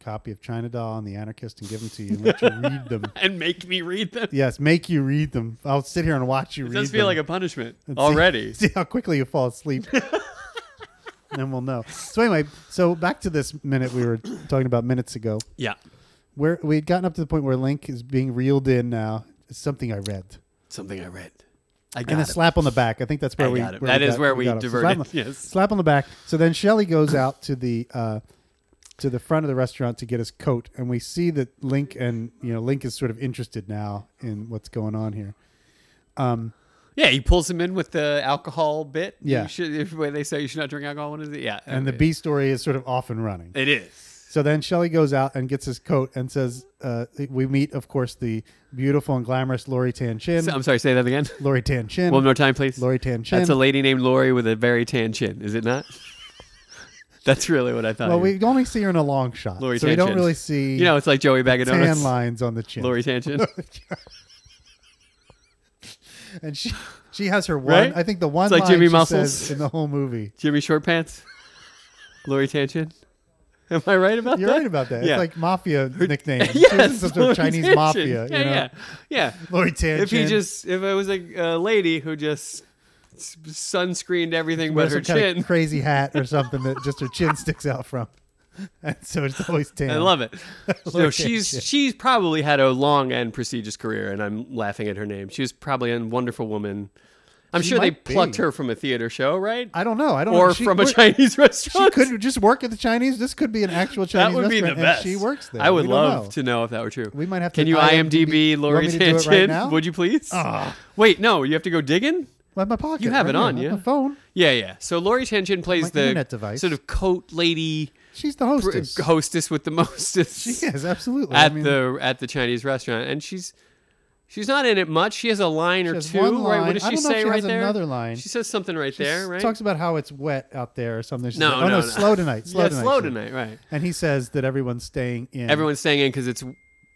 S2: a copy of China Doll and the Anarchist and give them to you and let you read them.
S1: And make me read them.
S2: Yes, make you read them. I'll sit here and watch you
S1: It
S2: read
S1: does
S2: them.
S1: feel like a punishment
S2: and see-
S1: already.
S2: See, how quickly you fall asleep. and then we'll know. So anyway, so back to this minute we were talking about minutes ago.
S1: Yeah.
S2: Where we had gotten up to the point where Link is being reeled in now. It's something I read.
S1: Something I read. I got
S2: And a
S1: it.
S2: slap on the back. I think that's where
S1: I
S2: we.
S1: got it.
S2: where
S1: That
S2: we
S1: is
S2: got-
S1: where we
S2: got up. So
S1: diverted,
S2: slap on-
S1: yes.
S2: Slap on the back. So then Shelly goes out to the uh, to the front of the restaurant to get his coat, and we see that Link and you know Link is sort of interested now in what's going on here.
S1: Yeah, he pulls him in with the alcohol bit.
S2: Yeah.
S1: You should, if they say you should not drink alcohol, what is it? Yeah.
S2: And the
S1: it-
S2: B story is sort of off and running.
S1: It is.
S2: So then Shelley goes out and gets his coat and says, uh, "We meet, of course, the beautiful and glamorous Lori Tan Chin.
S1: So- I'm sorry, say that again.
S2: Lori Tan Chin.
S1: One more time, please.
S2: Lori Tan Chin.
S1: That's a lady named Lori with a very tan chin, is it not? That's really what I thought.
S2: well,
S1: you-
S2: we only see her in a long shot,
S1: Lori
S2: so
S1: Tan
S2: we don't
S1: Chin.
S2: really see
S1: you know, it's like Joey Bag of
S2: tan
S1: Donuts.
S2: lines on the chin.
S1: Lori tan chin.
S2: and she she has her one.
S1: Right?
S2: I think the one
S1: It's like
S2: line
S1: Jimmy
S2: she
S1: Muscles.
S2: says in the whole movie.
S1: Jimmy Short Pants. Lori tan chin. Am I right about
S2: You're
S1: that?
S2: right about that.
S1: Yeah.
S2: It's like mafia nickname. She was in
S1: yes,
S2: some sort
S1: Lori
S2: of Chinese
S1: Tan Chin.
S2: mafia.
S1: Yeah,
S2: you know?
S1: yeah, yeah.
S2: Lori Tan
S1: If he
S2: Chin.
S1: just, if it was a uh, lady who just s- sunscreened everything but
S2: wears
S1: her
S2: some kind of
S1: chin,
S2: crazy hat or something that just her chin sticks out from. and so it's always tan.
S1: I love it. no,
S2: that
S1: she's
S2: shit.
S1: she's probably had a long and prestigious career, and I'm laughing at her name. She was probably a wonderful woman. I'm
S2: She
S1: sure they
S2: might be.
S1: plucked her from a theater show, right?
S2: I don't know. I don't. know.
S1: or
S2: She
S1: from a
S2: wor-
S1: Chinese
S2: She
S1: restaurant.
S2: could just work at the Chinese. This could be an actual
S1: that
S2: Chinese
S1: would be the
S2: restaurant,
S1: best.
S2: And she works there.
S1: I would
S2: We don't
S1: love
S2: know.
S1: to know if that were true.
S2: We might have
S1: Can
S2: to
S1: you IMDb,
S2: Want
S1: Lori
S2: me to do it right
S1: Tanchin?
S2: now?
S1: would you please?
S2: Ah.
S1: Wait, no, you have to go digging.
S2: Well, in my pocket.
S1: You have
S2: right
S1: it
S2: here,
S1: on, yeah?
S2: my phone.
S1: Yeah, yeah. So Lori Tanchin plays the
S2: internet device.
S1: sort of coat lady
S2: She's the
S1: pr- uh,
S2: hostess.
S1: hostess with the mostest.
S2: she is absolutely.
S1: at
S2: I mean,
S1: the at the Chinese restaurant, and she's she's not in it much. She has a line
S2: she
S1: or
S2: has
S1: two,
S2: one
S1: right?
S2: line.
S1: What does
S2: I
S1: she
S2: don't know
S1: say
S2: if she
S1: right
S2: has
S1: there?
S2: Another line.
S1: She says something right
S2: She
S1: there,
S2: s-
S1: right?
S2: Talks about how it's wet out there or something. She's
S1: No,
S2: like,
S1: no,
S2: oh, no,
S1: no.
S2: slow tonight. Slow
S1: yeah,
S2: tonight.
S1: slow
S2: she-
S1: tonight, right?
S2: And he says that everyone's staying in.
S1: Everyone's staying in because it's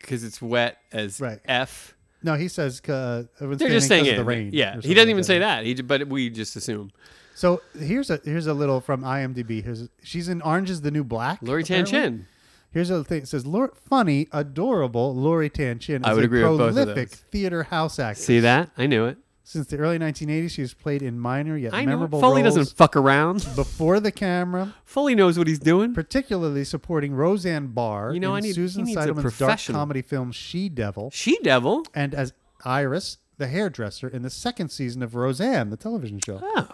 S1: because it's wet as
S2: Right.
S1: f.
S2: No, he says uh,
S1: They're
S2: everyone's staying
S1: just
S2: in
S1: staying
S2: 'cause
S1: in.
S2: of the rain. or
S1: yeah, he
S2: something
S1: doesn't
S2: like
S1: even say that. He j- but we just assume
S2: So here's a here's a little from IMDb. Here's she's in Orange is the New Black.
S1: Lori Tan
S2: apparently.
S1: Chin.
S2: Here's a thing. It says Lor- funny, adorable Lori Tanchin is
S1: I would
S2: a
S1: agree with both of
S2: prolific
S1: those.
S2: theater house actress.
S1: See that? I knew it.
S2: Since the early 1980s, she's played in minor yet
S1: I know it.
S2: memorable
S1: Foley
S2: roles
S1: doesn't fuck around.
S2: before the camera,
S1: Foley knows what he's doing.
S2: particularly supporting Roseanne Barr
S1: You know,
S2: in
S1: I need-
S2: Susan
S1: he needs a
S2: Seidelman's dark
S1: professional.
S2: comedy film She Devil,
S1: She devil.
S2: and as Iris, the hairdresser, in the second season of Roseanne, the television show,
S1: Oh,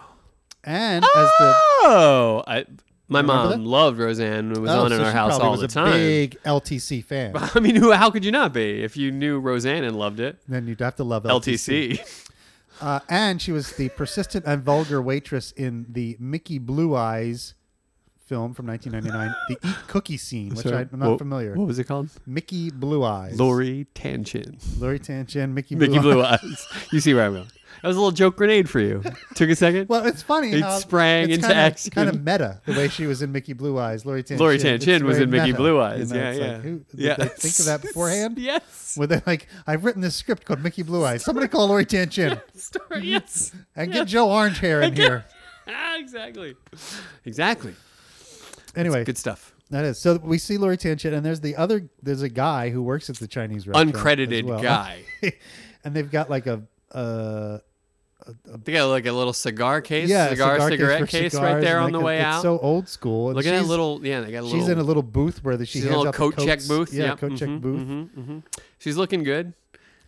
S2: and as the
S1: oh! I, my mom
S2: Remember that?
S1: loved Roseanne and was
S2: Oh,
S1: on in
S2: so
S1: our
S2: she
S1: house
S2: probably
S1: all
S2: was
S1: the
S2: a
S1: time.
S2: Big LTC fan.
S1: I mean, who, how could you not be if you knew Roseanne and loved it?
S2: then you'd have to love LTC.
S1: LTC.
S2: Uh, and she was the persistent and vulgar waitress in the Mickey Blue Eyes film from 1999, the Eat Cookie Scene, which I, I'm not
S1: What-
S2: familiar.
S1: What was it called?
S2: Mickey Blue Eyes.
S1: Lori Tanchin.
S2: Lori Tanchin, Mickey,
S1: Mickey
S2: Blue, Eyes.
S1: Blue Eyes. You see where I'm going. That was a little joke grenade for you. Took a second.
S2: Well, it's funny.
S1: It
S2: how
S1: sprang into
S2: kinda,
S1: action.
S2: Kind of meta the way she was in Mickey Blue Eyes. Lori Tanchin.
S1: Lori
S2: it's
S1: Tanchin was
S2: very
S1: in Mickey
S2: meta,
S1: Blue
S2: you
S1: Eyes.
S2: know,
S1: Yeah,
S2: it's
S1: yeah.
S2: Like, who, did
S1: yeah.
S2: they think of that beforehand?
S1: yes.
S2: Were they like, I've written this script called Mickey Blue Eyes. Somebody call Lori Tanchin
S1: Story. Yes.
S2: and get Joe Orange Hair in here.
S1: Ah, exactly. Exactly.
S2: Anyway,
S1: Good stuff.
S2: That is. So we see Lori Tanchin, and there's the other. There's a guy who works at the Chinese restaurant.
S1: Uncredited
S2: as well.
S1: guy.
S2: and they've got like a. Uh,
S1: They got like a little cigar case,
S2: yeah, a
S1: cigar,
S2: cigar
S1: cigarette
S2: case, for
S1: case
S2: cigars,
S1: right there
S2: and
S1: on the
S2: like,
S1: way
S2: it's
S1: out.
S2: So old school. And
S1: Look at that
S2: she's-
S1: little. Yeah, they got a little.
S2: She's in a little booth where the, she
S1: she's in
S2: hands
S1: a little
S2: out the
S1: coat check
S2: coats.
S1: booth.
S2: Yeah,
S1: Yep.
S2: coat check
S1: Mhm,
S2: booth, Mm-hmm.
S1: mhm, mhm. She's looking good.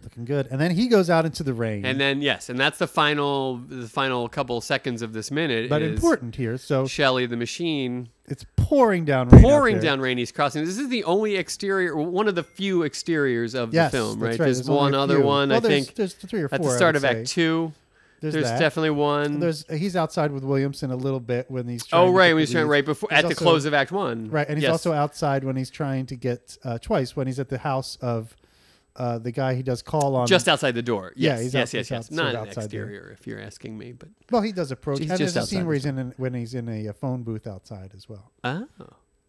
S2: looking good. And then he goes out into the rain.
S1: And then yes, and that's the final the final couple seconds of this minute.
S2: but
S1: is
S2: important here, so
S1: Shelley the machine
S2: it's pouring down rain. out
S1: pouring
S2: there.
S1: down Rainey's Crossing. This is the only exterior, one of the few exteriors of
S2: Yes,
S1: the film,
S2: that's
S1: right?
S2: right.
S1: There's,
S2: There's only
S1: one
S2: a
S1: other
S2: few.
S1: one,
S2: Well,
S1: I
S2: there's-
S1: think,
S2: there's three or four
S1: at
S2: I
S1: the
S2: would
S1: start of
S2: say.
S1: Act Two.
S2: There's,
S1: There's,
S2: that.
S1: definitely one.
S2: There's he's outside with Williamson a little bit when he's trying
S1: oh
S2: to
S1: right,
S2: get
S1: we
S2: the
S1: was trying
S2: leads.
S1: right before
S2: There's
S1: at the
S2: also-
S1: close of Act One.
S2: Right, and he's
S1: Yes.
S2: also outside when he's trying to get uh, twice when he's at the house of uh, the guy he does call on.
S1: just outside the door.
S2: Yeah,
S1: Yes,
S2: he's
S1: yes,
S2: out-
S1: yes,
S2: he's
S1: yes.
S2: out-
S1: Not
S2: sort of
S1: an
S2: outside there.
S1: exterior, if you're asking me, but
S2: well, he does approach.
S1: He's
S2: and
S1: just
S2: there's a scene
S1: outside
S2: where he's in an, when he's in a, uh phone booth outside as well.
S1: oh.
S2: I mean,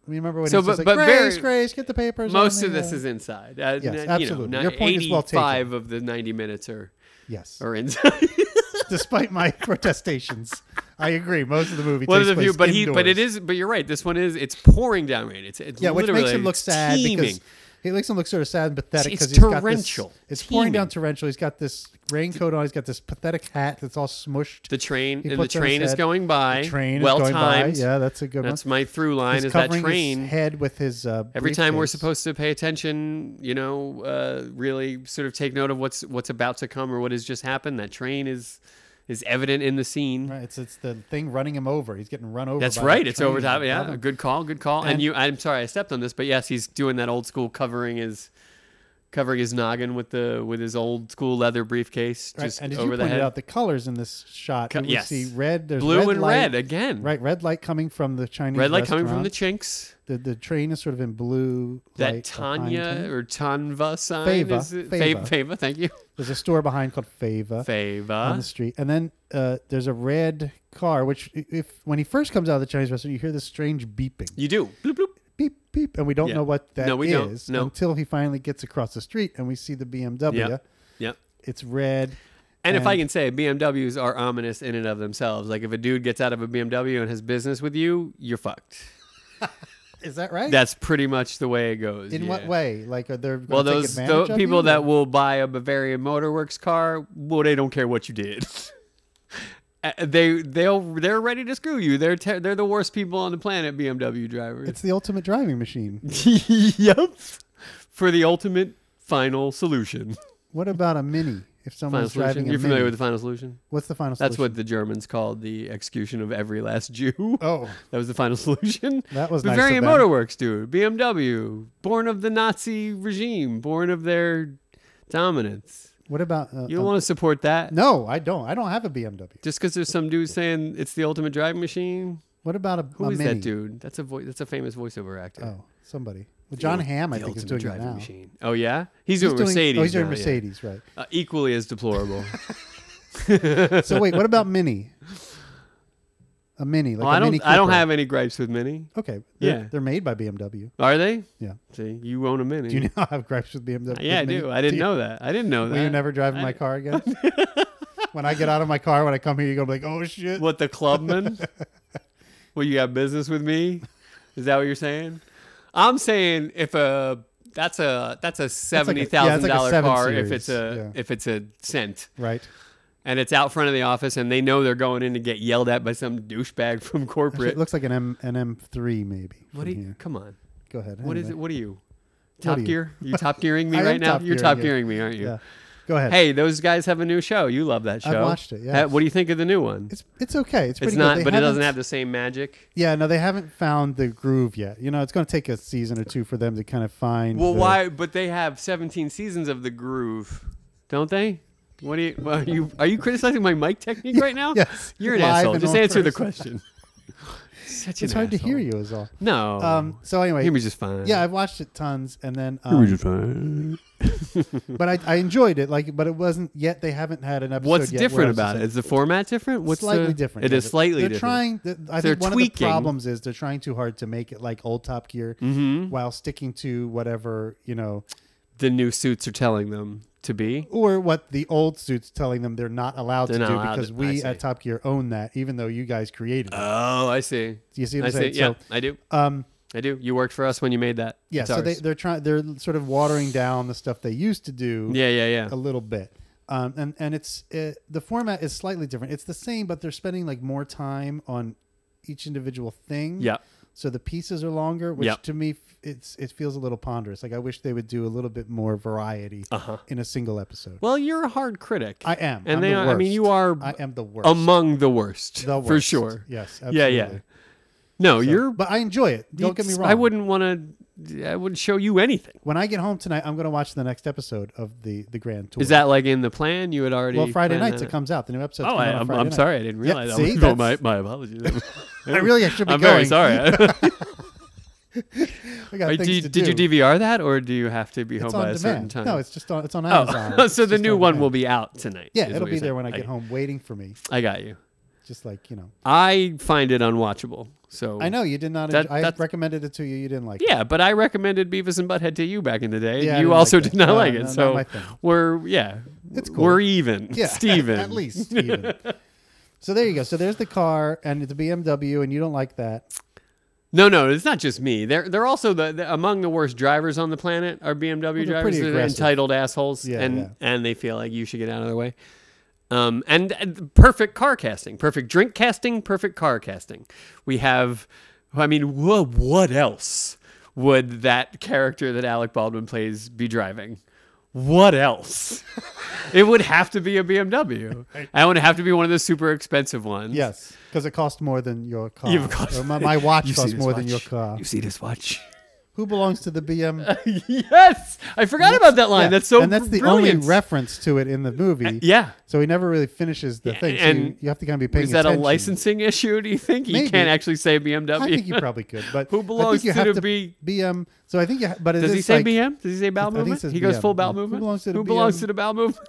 S2: remember when
S1: So,
S2: he's just
S1: but-
S2: like,
S1: but
S2: Grace,
S1: very-
S2: Grace, get the papers. on
S1: Most
S2: the,
S1: of this
S2: uh,
S1: is inside. Uh,
S2: Yes,
S1: n-
S2: absolutely.
S1: You know,
S2: Your point is well taken.
S1: 85 of the 90 minutes are,
S2: yes.
S1: are inside.
S2: Despite my protestations, I agree. Most of the movie
S1: one of
S2: takes
S1: the few,
S2: place
S1: but he, but
S2: indoors.
S1: it is, but you're right. This one is, it's pouring down rain. It's, it's
S2: Yeah, which
S1: literally
S2: makes him look sad
S1: teeming.
S2: because he makes him look sort of sad and pathetic
S1: It's
S2: because he's got this.
S1: torrential,
S2: It's pouring down
S1: teeming.
S2: torrential. He's got this raincoat on. He's got this pathetic hat that's all smushed.
S1: the train
S2: He
S1: and the
S2: puts on
S1: train
S2: his
S1: is
S2: head.
S1: going by.
S2: The train
S1: well
S2: is going
S1: timed.
S2: by. Yeah, that's a good
S1: That's
S2: one.
S1: my through line
S2: He's
S1: is that
S2: covering
S1: train.
S2: his head with his. Uh,
S1: Every time we're
S2: briefcase.
S1: supposed to pay attention, you know, uh, really sort of take note of what's what's about to come or what has just happened. That train is is evident in the scene.
S2: Right, it's it's the thing running him over. He's getting run over.
S1: That's
S2: by the
S1: right. It's
S2: train.
S1: over top. Yeah,
S2: Got
S1: a
S2: him.
S1: good call. Good call. And,
S2: And-
S1: you, I'm sorry, I stepped on this, but yes, he's doing that old school covering his covering his noggin with the with his old school leather briefcase
S2: Right,
S1: just
S2: and as you
S1: over
S2: pointed
S1: the head.
S2: out, the colors in this shot,
S1: Co-
S2: we
S1: yes.
S2: see red. There's
S1: Blue
S2: red
S1: and
S2: light,
S1: red again.
S2: Right, red light coming from the Chinese.
S1: Red light coming from the
S2: restaurant.
S1: chinks.
S2: the the train is sort of in blue.
S1: That
S2: light behind
S1: Tanya
S2: him.
S1: or Tanva sign
S2: Fava,
S1: is it? Fava.
S2: Fava.
S1: Fava. Thank you.
S2: There's a store behind called Fava. on
S1: Fava.
S2: the street. And then uh, there's a red car, which i- if when he first comes out of the Chinese restaurant, you hear this strange beeping,
S1: You do. Bloop bloop.
S2: beep beep, and we don't
S1: Yeah.
S2: know what that is
S1: No, we don't. No.
S2: until he finally gets across the street and we see the BMW.
S1: Yep. Yep.
S2: It's red.
S1: And, if I
S2: And-
S1: can say, BMWs are ominous in and of themselves. Like if a dude gets out of a BMW and has business with you, you're fucked.
S2: Is that right?
S1: That's pretty much the way it goes.
S2: In what
S1: yeah.
S2: way? Like are they?
S1: Well, those the people that will buy a Bavarian Motorworks car, well, they don't care what you did. uh, they they'll they're ready to screw you. They're ter- they're the worst people on the planet, BMW drivers.
S2: It's the ultimate driving machine.
S1: yep. For the ultimate final solution.
S2: What about a mini? If
S1: Final
S2: someone's
S1: solution.
S2: driving a
S1: You're familiar
S2: mini,
S1: with the final solution?
S2: what's the final
S1: That's
S2: solution?
S1: what the Germans called the execution of every last Jew.
S2: Oh,
S1: That was the final solution.
S2: that was nice of
S1: Bavarian
S2: them.
S1: Motor Works, dude. BMW, born of the Nazi regime, born of their dominance.
S2: What about uh,
S1: You don't
S2: uh,
S1: want to support that.
S2: No, I don't. I don't have a BMW.
S1: Just because there's some dude saying it's the ultimate driving machine.
S2: What about a,
S1: Who
S2: a
S1: is
S2: mini?
S1: that dude? That's a vo- that's a famous voiceover actor.
S2: Oh, somebody. Well, John
S1: ul-
S2: Hamm, I
S1: the
S2: think, is
S1: ultimate
S2: doing it now.
S1: machine. Oh yeah, he's doing
S2: doing-
S1: Mercedes.
S2: Oh, he's doing
S1: now, yeah.
S2: Mercedes, right?
S1: Uh, equally as deplorable.
S2: So wait, what about Mini? A Mini, like
S1: Well,
S2: a
S1: I don't
S2: Mini
S1: I don't
S2: Cooper.
S1: have any gripes with Mini.
S2: Okay, they're,
S1: Yeah.
S2: they're made by BMW.
S1: Are they?
S2: Yeah.
S1: See, you own a Mini. Uh,
S2: Do you now have gripes with BMW?
S1: Mm. yeah, I
S2: with Mini?
S1: do. I didn't
S2: you-
S1: know that. I didn't know that.
S2: Will you never drive in my car again? when I get out of my car, when I come here, you're gonna be like, "Oh shit!"
S1: What the clubman? well, you got business with me? Is that what you're saying? I'm saying if a that's a that's a
S2: like a-
S1: seventy
S2: yeah,
S1: thousand
S2: that's like a
S1: dollar
S2: seven
S1: car
S2: series,
S1: if it's a
S2: yeah.
S1: if it's a cent
S2: Right?
S1: and it's out front of the office and they know they're going in to get yelled at by some douchebag from
S2: Actually,
S1: corporate.
S2: it looks like an M an M3 maybe.
S1: what do
S2: from
S1: you?
S2: here.
S1: Come on.
S2: Go ahead.
S1: What is
S2: anyway.
S1: it? What are you? Top
S2: are you?
S1: gear? You top gearing me
S2: I am
S1: right now?
S2: top
S1: You're
S2: gearing
S1: top
S2: you.
S1: gearing me, aren't you?
S2: Yeah. Go ahead.
S1: Hey, those guys have a new show. You love that
S2: I've
S1: show.
S2: watched it,
S1: Uh,
S2: yes.
S1: What do you think of the new one?
S2: it's it's okay. It's pretty
S1: It's not,
S2: good. They
S1: but it doesn't
S2: haven't-
S1: have the same magic.
S2: Yeah, no, they haven't found the groove yet. You know, it's going to take a season or two for them to kind of find.
S1: Well,
S2: the-
S1: why? But they have 17 seasons of the groove, don't they? What do you? well, Are you are you criticizing my mic technique right now?
S2: yes,
S1: You're an
S2: live
S1: asshole.
S2: and
S1: Just
S2: on
S1: answer the
S2: first.
S1: question. Such
S2: It's
S1: an
S2: hard to hear
S1: asshole.
S2: you, is all.
S1: No.
S2: Um. So anyway,
S1: Oh. hear me just fine.
S2: yeah, I've watched it tons, and then,
S3: we
S2: um,
S3: just fine.
S2: but I, I enjoyed it. Like, but it wasn't yet. They haven't had an episode.
S1: What's
S2: yet where I
S1: different
S2: was just
S1: about it?
S2: like,
S1: Is the format different? What's
S2: slightly
S1: the-
S2: different.
S1: It
S2: yeah.
S1: is slightly
S2: They're
S1: different.
S2: trying. th- I
S1: They're
S2: think one of the
S1: tweaking.
S2: problems is they're trying too hard to make it like old Top Gear
S1: Mm-hmm.
S2: while sticking to whatever you know,
S1: The new suits are telling them to be.
S2: or what the old suits telling them they're not allowed
S1: They're
S2: to
S1: not
S2: do
S1: allowed
S2: because
S1: to- I
S2: we
S1: see.
S2: at Top Gear own that, even though you guys created it.
S1: Oh, I see.
S2: Do you see what
S1: I
S2: I'm
S1: see.
S2: saying?
S1: yeah,
S2: So,
S1: I do.
S2: um,
S1: I do. You worked for us when you made that.
S2: yeah.
S1: It's
S2: So they,
S1: ours.
S2: they're trying. They're sort of watering down the stuff they used to do
S1: yeah, yeah, yeah.
S2: a little bit. Um, and and it's it, the format is slightly different. It's the same, but they're spending like more time on each individual thing.
S1: Yeah.
S2: So the pieces are longer, which
S1: Yeah.
S2: to me f- it's it feels a little ponderous. Like I wish they would do a little bit more variety
S1: Uh-huh.
S2: in a single episode.
S1: Well, you're a hard critic.
S2: I am.
S1: And
S2: I'm
S1: they
S2: the
S1: are, I mean,
S2: worst.
S1: you are
S2: I am the worst.
S1: among the worst,
S2: the worst.
S1: for sure.
S2: Yes.
S1: Yeah,
S2: Absolutely.
S1: yeah. No,
S2: So-
S1: you're.
S2: But I enjoy it. Don't get me wrong.
S1: I wouldn't want to. I wouldn't show you anything.
S2: When I get home tonight, I'm going to watch the next episode of the the Grand Tour.
S1: Is that like in the plan? You had already.
S2: well Friday
S1: planned
S2: nights
S1: that
S2: it comes out. The new episode.
S1: out? Oh, I,
S2: out on
S1: I'm,
S2: Friday
S1: I'm
S2: night.
S1: sorry. I didn't realize.
S2: see,
S1: that. Oh, my,
S2: that's-
S1: my apologies.
S2: I really I should be
S1: I'm very
S2: going.
S1: sorry.
S2: I got
S1: Are-
S2: things
S1: did,
S2: to
S1: did
S2: do.
S1: you DVR that, or do you have to be
S2: It's
S1: home
S2: on
S1: by a certain
S2: demand.
S1: time?
S2: No, it's just on. It's on Amazon.
S1: oh, so
S2: It's
S1: the
S2: just
S1: new
S2: on
S1: one
S2: demand.
S1: will be out tonight. is
S2: Yeah,
S1: what
S2: it'll be
S1: you're
S2: there
S1: saying.
S2: when I get
S1: I,
S2: home, waiting for me.
S1: I got you.
S2: Just like you know,
S1: I find it unwatchable. So
S2: I know you did not.
S1: That-
S2: enjoy, I
S1: that's-
S2: recommended it to you. You didn't like. it.
S1: Yeah, but I recommended Beavis and Butthead to you back in the day.
S2: Yeah, I
S1: you
S2: didn't
S1: also
S2: like that.
S1: did not
S2: No,
S1: like
S2: no,
S1: it.
S2: not
S1: so
S2: my thing.
S1: we're yeah,
S2: It's cool.
S1: We're even.
S2: yeah,
S1: Steven.
S2: At least even. so there you go. So there's the car and the BMW, and you don't like that.
S1: No, no, it's not just me. They're they're also the, the among the worst drivers on the planet are BMW
S2: they're
S1: drivers.
S2: pretty
S1: They're
S2: aggressive.
S1: entitled assholes,
S2: Yeah,
S1: and
S2: yeah.
S1: and they feel like you should get out of their way. Um, and, and perfect car casting, perfect drink casting, perfect car casting. We have, I mean, wha what else would that character that Alec Baldwin plays be driving? What else? it would have to be a BMW. And it would have to be one of the super expensive ones.
S2: Yes, because it cost more than your car.
S1: You've got-
S2: Or Uh, my, my watch
S1: You see
S2: costs
S1: this
S2: more than your
S1: watch?
S2: car.
S1: You see this watch?
S2: Who belongs to the BM?
S1: yes, I forgot about that line.
S2: Yeah,
S1: That's so
S2: and that's the
S1: brilliant. Uh,
S2: only reference to it in the movie.
S1: Yeah,
S2: So he never really finishes the thing. So
S1: and
S2: you, you have to kind of be paying
S1: is that
S2: attention.
S1: a licensing issue? Do you think he
S2: Maybe.
S1: can't actually say BMW?
S2: I think you probably could, but
S1: Who
S2: I think
S1: belongs
S2: you
S1: to
S2: have
S1: the
S2: to
S1: B-
S2: BM? So I think you. Ha- but it
S1: Does he
S2: is
S1: say
S2: like,
S1: BM? Does he say bowel
S2: I think he
S1: movement?
S2: says
S1: he goes
S2: BM.
S1: full bowel
S2: Who
S1: movement.
S2: belongs to the
S1: Who belongs
S2: BM?
S1: to the bowel movement?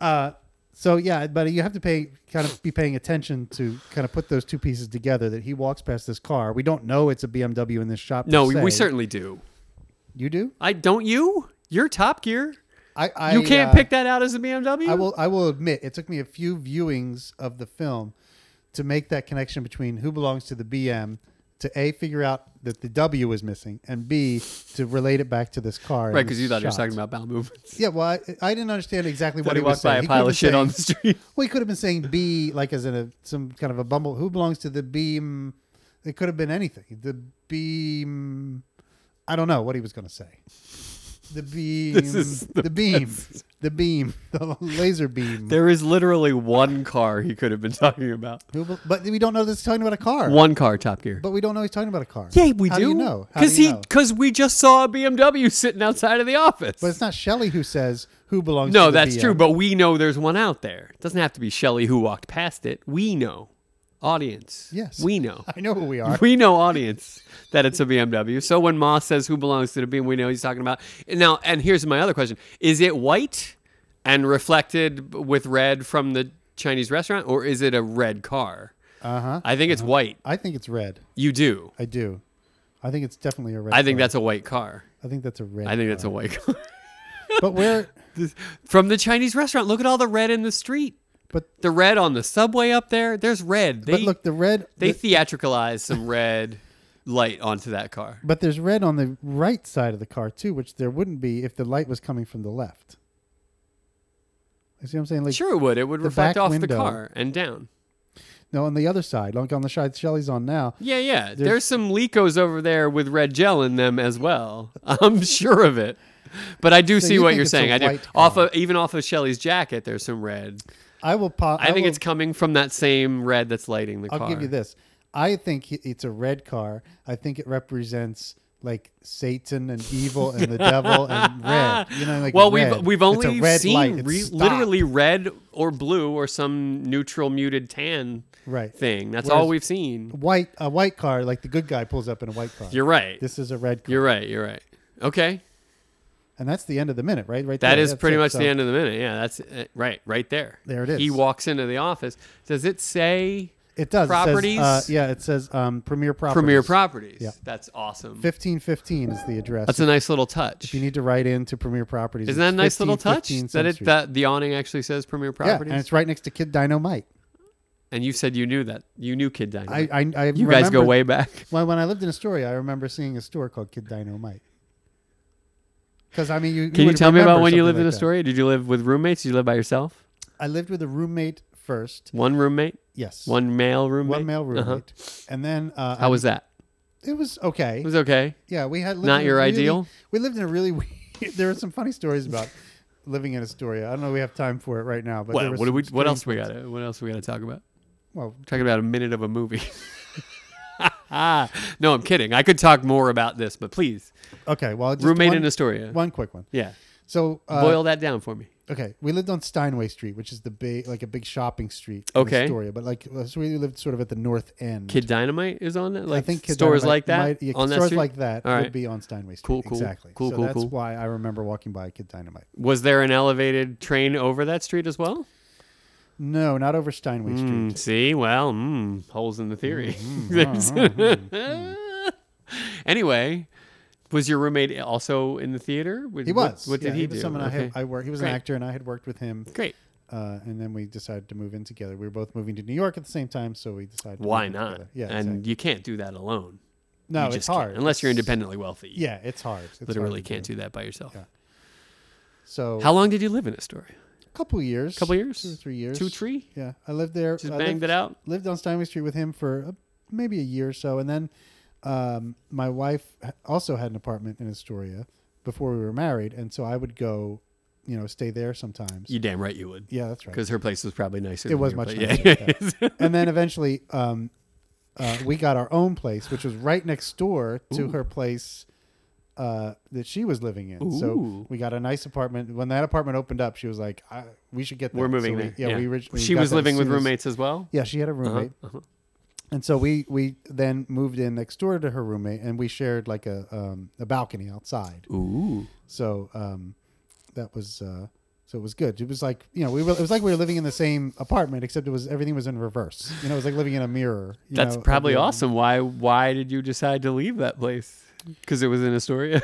S2: Uh, so yeah, but you have to pay kind of be paying attention to kind of put those two pieces together. That he walks past this car. We don't know it's a BMW in this shop. per
S1: No, we, we
S2: se.
S1: certainly do.
S2: You do.
S1: I don't. You? You're Top Gear.
S2: I. I
S1: you can't
S2: uh,
S1: pick that out as a BMW.
S2: I will. I will admit it took me a few viewings of the film to make that connection between who belongs to the BM to a figure out that the W was missing, and b to relate it back to this car. and
S1: Right, because
S2: this
S1: you thought he was
S2: shot.
S1: talking about bowel movements.
S2: Yeah, well, I, I didn't understand exactly
S1: Thought
S2: what
S1: he
S2: he, was
S1: walked by
S2: saying.
S1: a
S2: He
S1: pile
S2: could've
S1: of shit on
S2: been
S1: the street.
S2: saying- Well, he could have been saying B, like as in a some kind of a bumble. Who belongs to the beam? It could have been anything. The beam. I don't know what he was going to say. The beam.
S1: is
S2: the, beam. The beam. The laser beam.
S1: There is literally one car he could have been talking about.
S2: Who bel- but we don't know this is talking about a car.
S1: One car, Top Gear.
S2: But we don't know he's talking about a car.
S1: yeah, we
S2: How
S1: do.
S2: you know? How do
S1: because
S2: you
S1: he
S2: know?
S1: because we just saw a BMW sitting outside of the office.
S2: But it's not Shelley who says who belongs. to
S1: no,
S2: the
S1: that's
S2: BM.
S1: true. But we know there's one out there. It doesn't have to be Shelley who walked past it. We know, audience.
S2: Yes.
S1: we know.
S2: I know who we are.
S1: We know, audience, that it's a BMW. So when Ma says who belongs to the BMW, we know he's talking about. And now, and here's my other question: Is it white and reflected with red from the Chinese restaurant, or is it a red car?
S2: Uh huh.
S1: I think it's white.
S2: I think it's red.
S1: You do.
S2: I do. I think it's definitely a red.
S1: I think
S2: car.
S1: that's a white car.
S2: I think that's a red.
S1: I think that's a white car.
S2: But where?
S1: From the Chinese restaurant, look at all the red in the street.
S2: But
S1: The red on the subway up there. There's red. They,
S2: but look, the red.
S1: they
S2: the-
S1: theatricalized some red light onto that car.
S2: but there's red on the right side of the car too, which there wouldn't be if the light was coming from the left. You see what I'm saying? Like
S1: Sure, it would. It would
S2: the
S1: reflect
S2: back
S1: off the
S2: window.
S1: car and down.
S2: no, on the other side, like on the side Shelley's on now.
S1: Yeah, yeah. There's,
S2: There's-
S1: some Lecos over there with red gel in them as well. I'm sure of it. But I do
S2: So
S1: see
S2: you
S1: what
S2: think
S1: you're
S2: it's a
S1: saying. I do.
S2: white
S1: Off
S2: car.
S1: of even off of Shelley's jacket, there's some red.
S2: I will pop.
S1: I, think
S2: will,
S1: it's coming from that same red that's lighting the
S2: I'll
S1: car.
S2: give you this. I think he- it's a red car. I think it represents like Satan and evil and the devil and red. You know, like
S1: well,
S2: red.
S1: we've we've
S2: It's a
S1: only
S2: red light.
S1: seen
S2: It's
S1: re-
S2: stop.
S1: literally red or blue or some neutral muted tan
S2: right.
S1: thing. That's
S2: Whereas-
S1: all we've seen.
S2: White a white car like the good guy pulls up in a white car.
S1: You're right.
S2: this is a red car,
S1: You're right. You're right. Okay,
S2: and that's the end of the minute, right? Right.
S1: that
S2: there.
S1: is
S2: That's
S1: pretty
S2: it.
S1: much
S2: So-
S1: the end of the minute. Yeah, that's uh, right. Right there.
S2: There it is.
S1: He walks into the office. Does it say
S2: It does.
S1: Properties?
S2: It says, uh, yeah, it says um, Premier Properties.
S1: Premier Properties?
S2: Yeah.
S1: That's awesome.
S2: Fifteen fifteen is the address.
S1: That's a nice little touch.
S2: you need to write in to Premier Properties.
S1: Isn't that a
S2: It's
S1: nice little touch
S2: 1515
S1: that it
S2: Century.
S1: that the awning actually says Premier Properties?
S2: Yeah, and it's right next to Kid Dynamite.
S1: And you said you knew that. You knew Kid Dynamite.
S2: I, I, I
S1: you guys go
S2: remember-
S1: way back.
S2: Well, when I lived in Astoria, I remember seeing a store called Kid Dynamite. Because I mean, you
S1: Can you,
S2: would
S1: tell me about
S2: remember
S1: when you
S2: something
S1: lived in
S2: like that.
S1: Astoria? Did you live with roommates? Did you live by yourself?
S2: I lived with a roommate first.
S1: One roommate,
S2: Yes,
S1: one male roommate.
S2: one male roommate,
S1: Uh-huh.
S2: and then uh,
S1: How was that?
S2: it? Was okay.
S1: It was okay.
S2: Yeah, we had lived
S1: Not
S2: in a
S1: your
S2: really-
S1: ideal?
S2: We lived in a really. weird... There are some funny stories about living in Astoria. I don't know. if We have time for it right now, but there
S1: Well, what
S2: were
S1: do
S2: some
S1: we? What
S2: strange
S1: else we
S2: ones.
S1: got? What else we got to talk about?
S2: Well,
S1: Talking about a minute of a movie. Ah, no, I'm kidding. I could talk more about this, but please,
S2: okay. Well, just
S1: roommate
S2: one,
S1: in Astoria.
S2: One quick one.
S1: Yeah,
S2: So, uh,
S1: boil that down for me.
S2: okay, we lived on Steinway Street, which is the big, like a big shopping street.
S1: Okay.
S2: in Astoria, but like uh, so we lived sort of at the north end.
S1: Kid Dynamite is on it.
S2: I
S1: Like
S2: think Kid
S1: stores
S2: Dynamite
S1: like that
S2: might- yeah,
S1: on that
S2: stores
S1: street?
S2: like that
S1: All right.
S2: would be on Steinway Street.
S1: Cool, cool.
S2: Exactly.
S1: Cool,
S2: so
S1: cool,
S2: That's
S1: cool.
S2: why I remember walking by Kid Dynamite.
S1: Was there an elevated train over that street as well?
S2: No, not over Steinway
S1: Mm,
S2: Street.
S1: see, well, mm, holes in the theory. There's-
S2: Mm-hmm.
S1: anyway, was your roommate also in the theater? What-
S2: He
S1: what-
S2: was.
S1: What, did
S2: yeah,
S1: he,
S2: was
S1: do?
S2: Someone I,
S1: Okay.
S2: had, I worked. He was
S1: Great.
S2: an actor, and I had worked with him.
S1: Great.
S2: uh, and then we decided to move in together. We were both moving to New York at the same time, so we decided. to
S1: Why
S2: move in
S1: not?
S2: together. Yeah,
S1: and
S2: exactly.
S1: you can't do that alone.
S2: no,
S1: You
S2: it's
S1: just can't,
S2: hard
S1: unless you're
S2: It's-
S1: independently wealthy. You
S2: Yeah, it's hard. It's hard
S1: literally
S2: to
S1: can't do that by yourself.
S2: Yeah. So
S1: How long did you live in Astoria?
S2: a couple years,
S1: Couple years?
S2: two or three years,
S1: Two, three?
S2: Yeah, I lived there.
S1: Just
S2: I
S1: banged
S2: lived,
S1: it out.
S2: lived on Steinway Street with him for uh maybe a year or so, and then um, my wife ha- also had an apartment in Astoria before we were married, and so I would go, you know, stay there sometimes.
S1: You damn right you would,
S2: yeah, that's right.
S1: because her place was probably nicer.
S2: It
S1: than
S2: was
S1: your
S2: much
S1: place.
S2: nicer.
S1: Yeah.
S2: yeah. and then eventually, um, uh, we got our own place, which was right next door to her place uh, that she was living in.
S1: Ooh.
S2: So we got a nice apartment. When that apartment opened up, she was like, I, "We should get that."
S1: We're
S2: So
S1: moving
S2: we-
S1: there.
S2: yeah, we originally
S1: she
S2: got
S1: was
S2: that as
S1: living with Uh-huh,
S2: soon as-
S1: roommates as well.
S2: Yeah, she had a roommate, and so we we then moved in next door to her roommate, and we shared like a um, a balcony outside.
S1: Ooh.
S2: So um, that was uh, so it was good. It was like you know we were it was like we were living in the same apartment, except it was everything was in reverse. You know, it was like living in a mirror. you
S1: That's
S2: know,
S1: probably
S2: everyone-
S1: awesome. Why why did you decide to leave that place? Because it was in Astoria.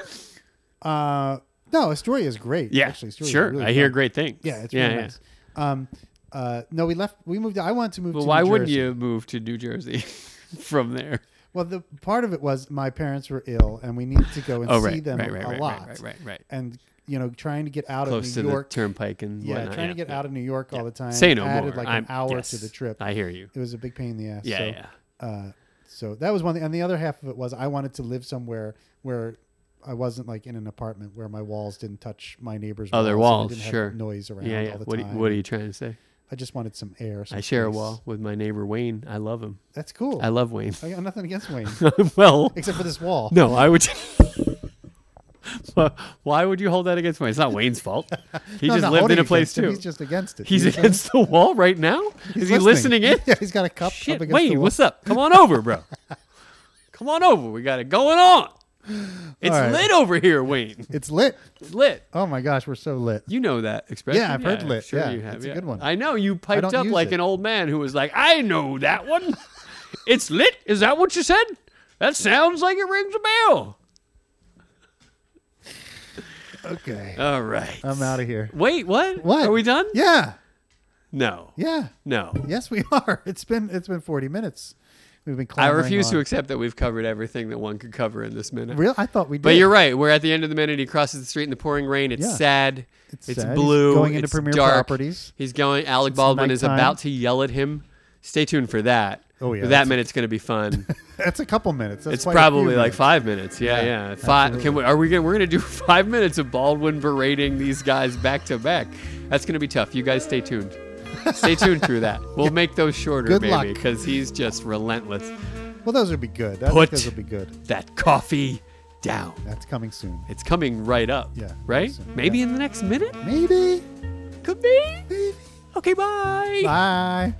S2: Uh, no, Astoria is great.
S1: yeah,
S2: actually, Astoria is
S1: sure.
S2: really
S1: I hear
S2: fun.
S1: great things.
S2: Yeah, it's really nice. Um, uh, no, we left. We moved. I wanted to move.
S1: But
S2: to
S1: why
S2: New
S1: wouldn't
S2: Jersey.
S1: you move to New Jersey from there?
S2: Well, the part of it was my parents were ill, and we needed to go and
S1: Oh,
S2: see
S1: right,
S2: them
S1: right, right,
S2: a
S1: right,
S2: lot.
S1: right, right, right, right.
S2: And you know, trying to get out
S1: Close to
S2: of New York.
S1: the turnpike and
S2: yeah,
S1: whatnot,
S2: trying to get
S1: yeah.
S2: out of New York all the time.
S1: Say no
S2: added
S1: more.
S2: Like
S1: I'm-
S2: an hour
S1: yes,
S2: to the trip.
S1: I hear you.
S2: It was a big pain in the ass.
S1: Yeah,
S2: so,
S1: yeah.
S2: Uh, so that was one. Thing. And the other half of it was I wanted to live somewhere where I wasn't like in an apartment where my walls didn't touch my neighbor's
S1: Other
S2: walls, and I
S1: walls,
S2: didn't have
S1: sure.
S2: noise around
S1: Yeah, yeah.
S2: all the
S1: What, are,
S2: time.
S1: you- what are you trying to say?
S2: I just wanted some air. Some
S1: I share a
S2: space.
S1: wall with my neighbor Wayne. I love him.
S2: That's cool.
S1: I love Wayne.
S2: I got nothing against Wayne
S1: well,
S2: except for this wall.
S1: no, I would. Well, Why would you hold that against Wayne? It's not Wayne's fault. He
S2: No, I'm
S1: just
S2: not
S1: lived
S2: holding
S1: in a
S2: it
S1: place
S2: against him.
S1: too.
S2: He's just against it.
S1: He's
S2: You know what I'm
S1: against
S2: saying?
S1: the wall right now. Is he listening in?
S2: Yeah, he's got a cup up
S1: Shit,
S2: against
S1: Wayne,
S2: the wall.
S1: what's up? Come on over, bro. Come on over. We got it going on. It's
S2: All right.
S1: lit over here, Wayne.
S2: It's lit.
S1: It's lit.
S2: Oh my gosh, we're so lit.
S1: You know that expression.
S2: I've heard
S1: I'm
S2: lit.
S1: Sure
S2: Yeah,
S1: you have.
S2: it's a
S1: yeah.
S2: good one.
S1: I know you piped
S2: don't
S1: up
S2: use
S1: like
S2: it.
S1: an old man who was like, "I know that one. it's lit. Is that what you said? That sounds like it rings a bell."
S2: Okay.
S1: All right.
S2: I'm out of here.
S1: Wait, what?
S2: What?
S1: Are we done?
S2: Yeah.
S1: No.
S2: Yeah. Oh
S1: No.
S2: Yes, we are. It's been it's been 40 minutes. We've been
S1: I
S2: clamoring
S1: refuse to
S2: on.
S1: accept that we've covered everything that one could cover in this minute.
S2: Real? I thought we did.
S1: But you're right. We're at the end of the minute. He crosses the street in the pouring rain. It's
S2: Yeah.
S1: sad.
S2: It's
S1: It's,
S2: sad. He's
S1: blue.
S2: going into
S1: it's
S2: Premier
S1: dark.
S2: Properties.
S1: He's going. Alec Baldwin is
S2: nighttime.
S1: about to yell at him. Stay tuned for that.
S2: Oh, yeah,
S1: But that
S2: that's-
S1: minute's going to be fun.
S2: That's a couple minutes. That's
S1: it's
S2: quite a few
S1: probably like
S2: minutes.
S1: five minutes. Yeah, yeah.
S2: Yeah,
S1: Five. Can we, are we? Gonna, we're going to do five minutes of Baldwin berating these guys back to back. That's going to be tough. You guys stay tuned. Stay tuned through that. We'll make those shorter,
S2: Good
S1: maybe,
S2: luck.
S1: because he's just relentless.
S2: Well, those would be good. I
S1: Put-
S2: think those would be good.
S1: That coffee down.
S2: That's coming soon.
S1: It's coming right up.
S2: Yeah,
S1: Right?
S2: awesome.
S1: Maybe in the next minute?
S2: Maybe.
S1: Could be.
S2: Maybe.
S1: Okay, bye.
S2: Bye.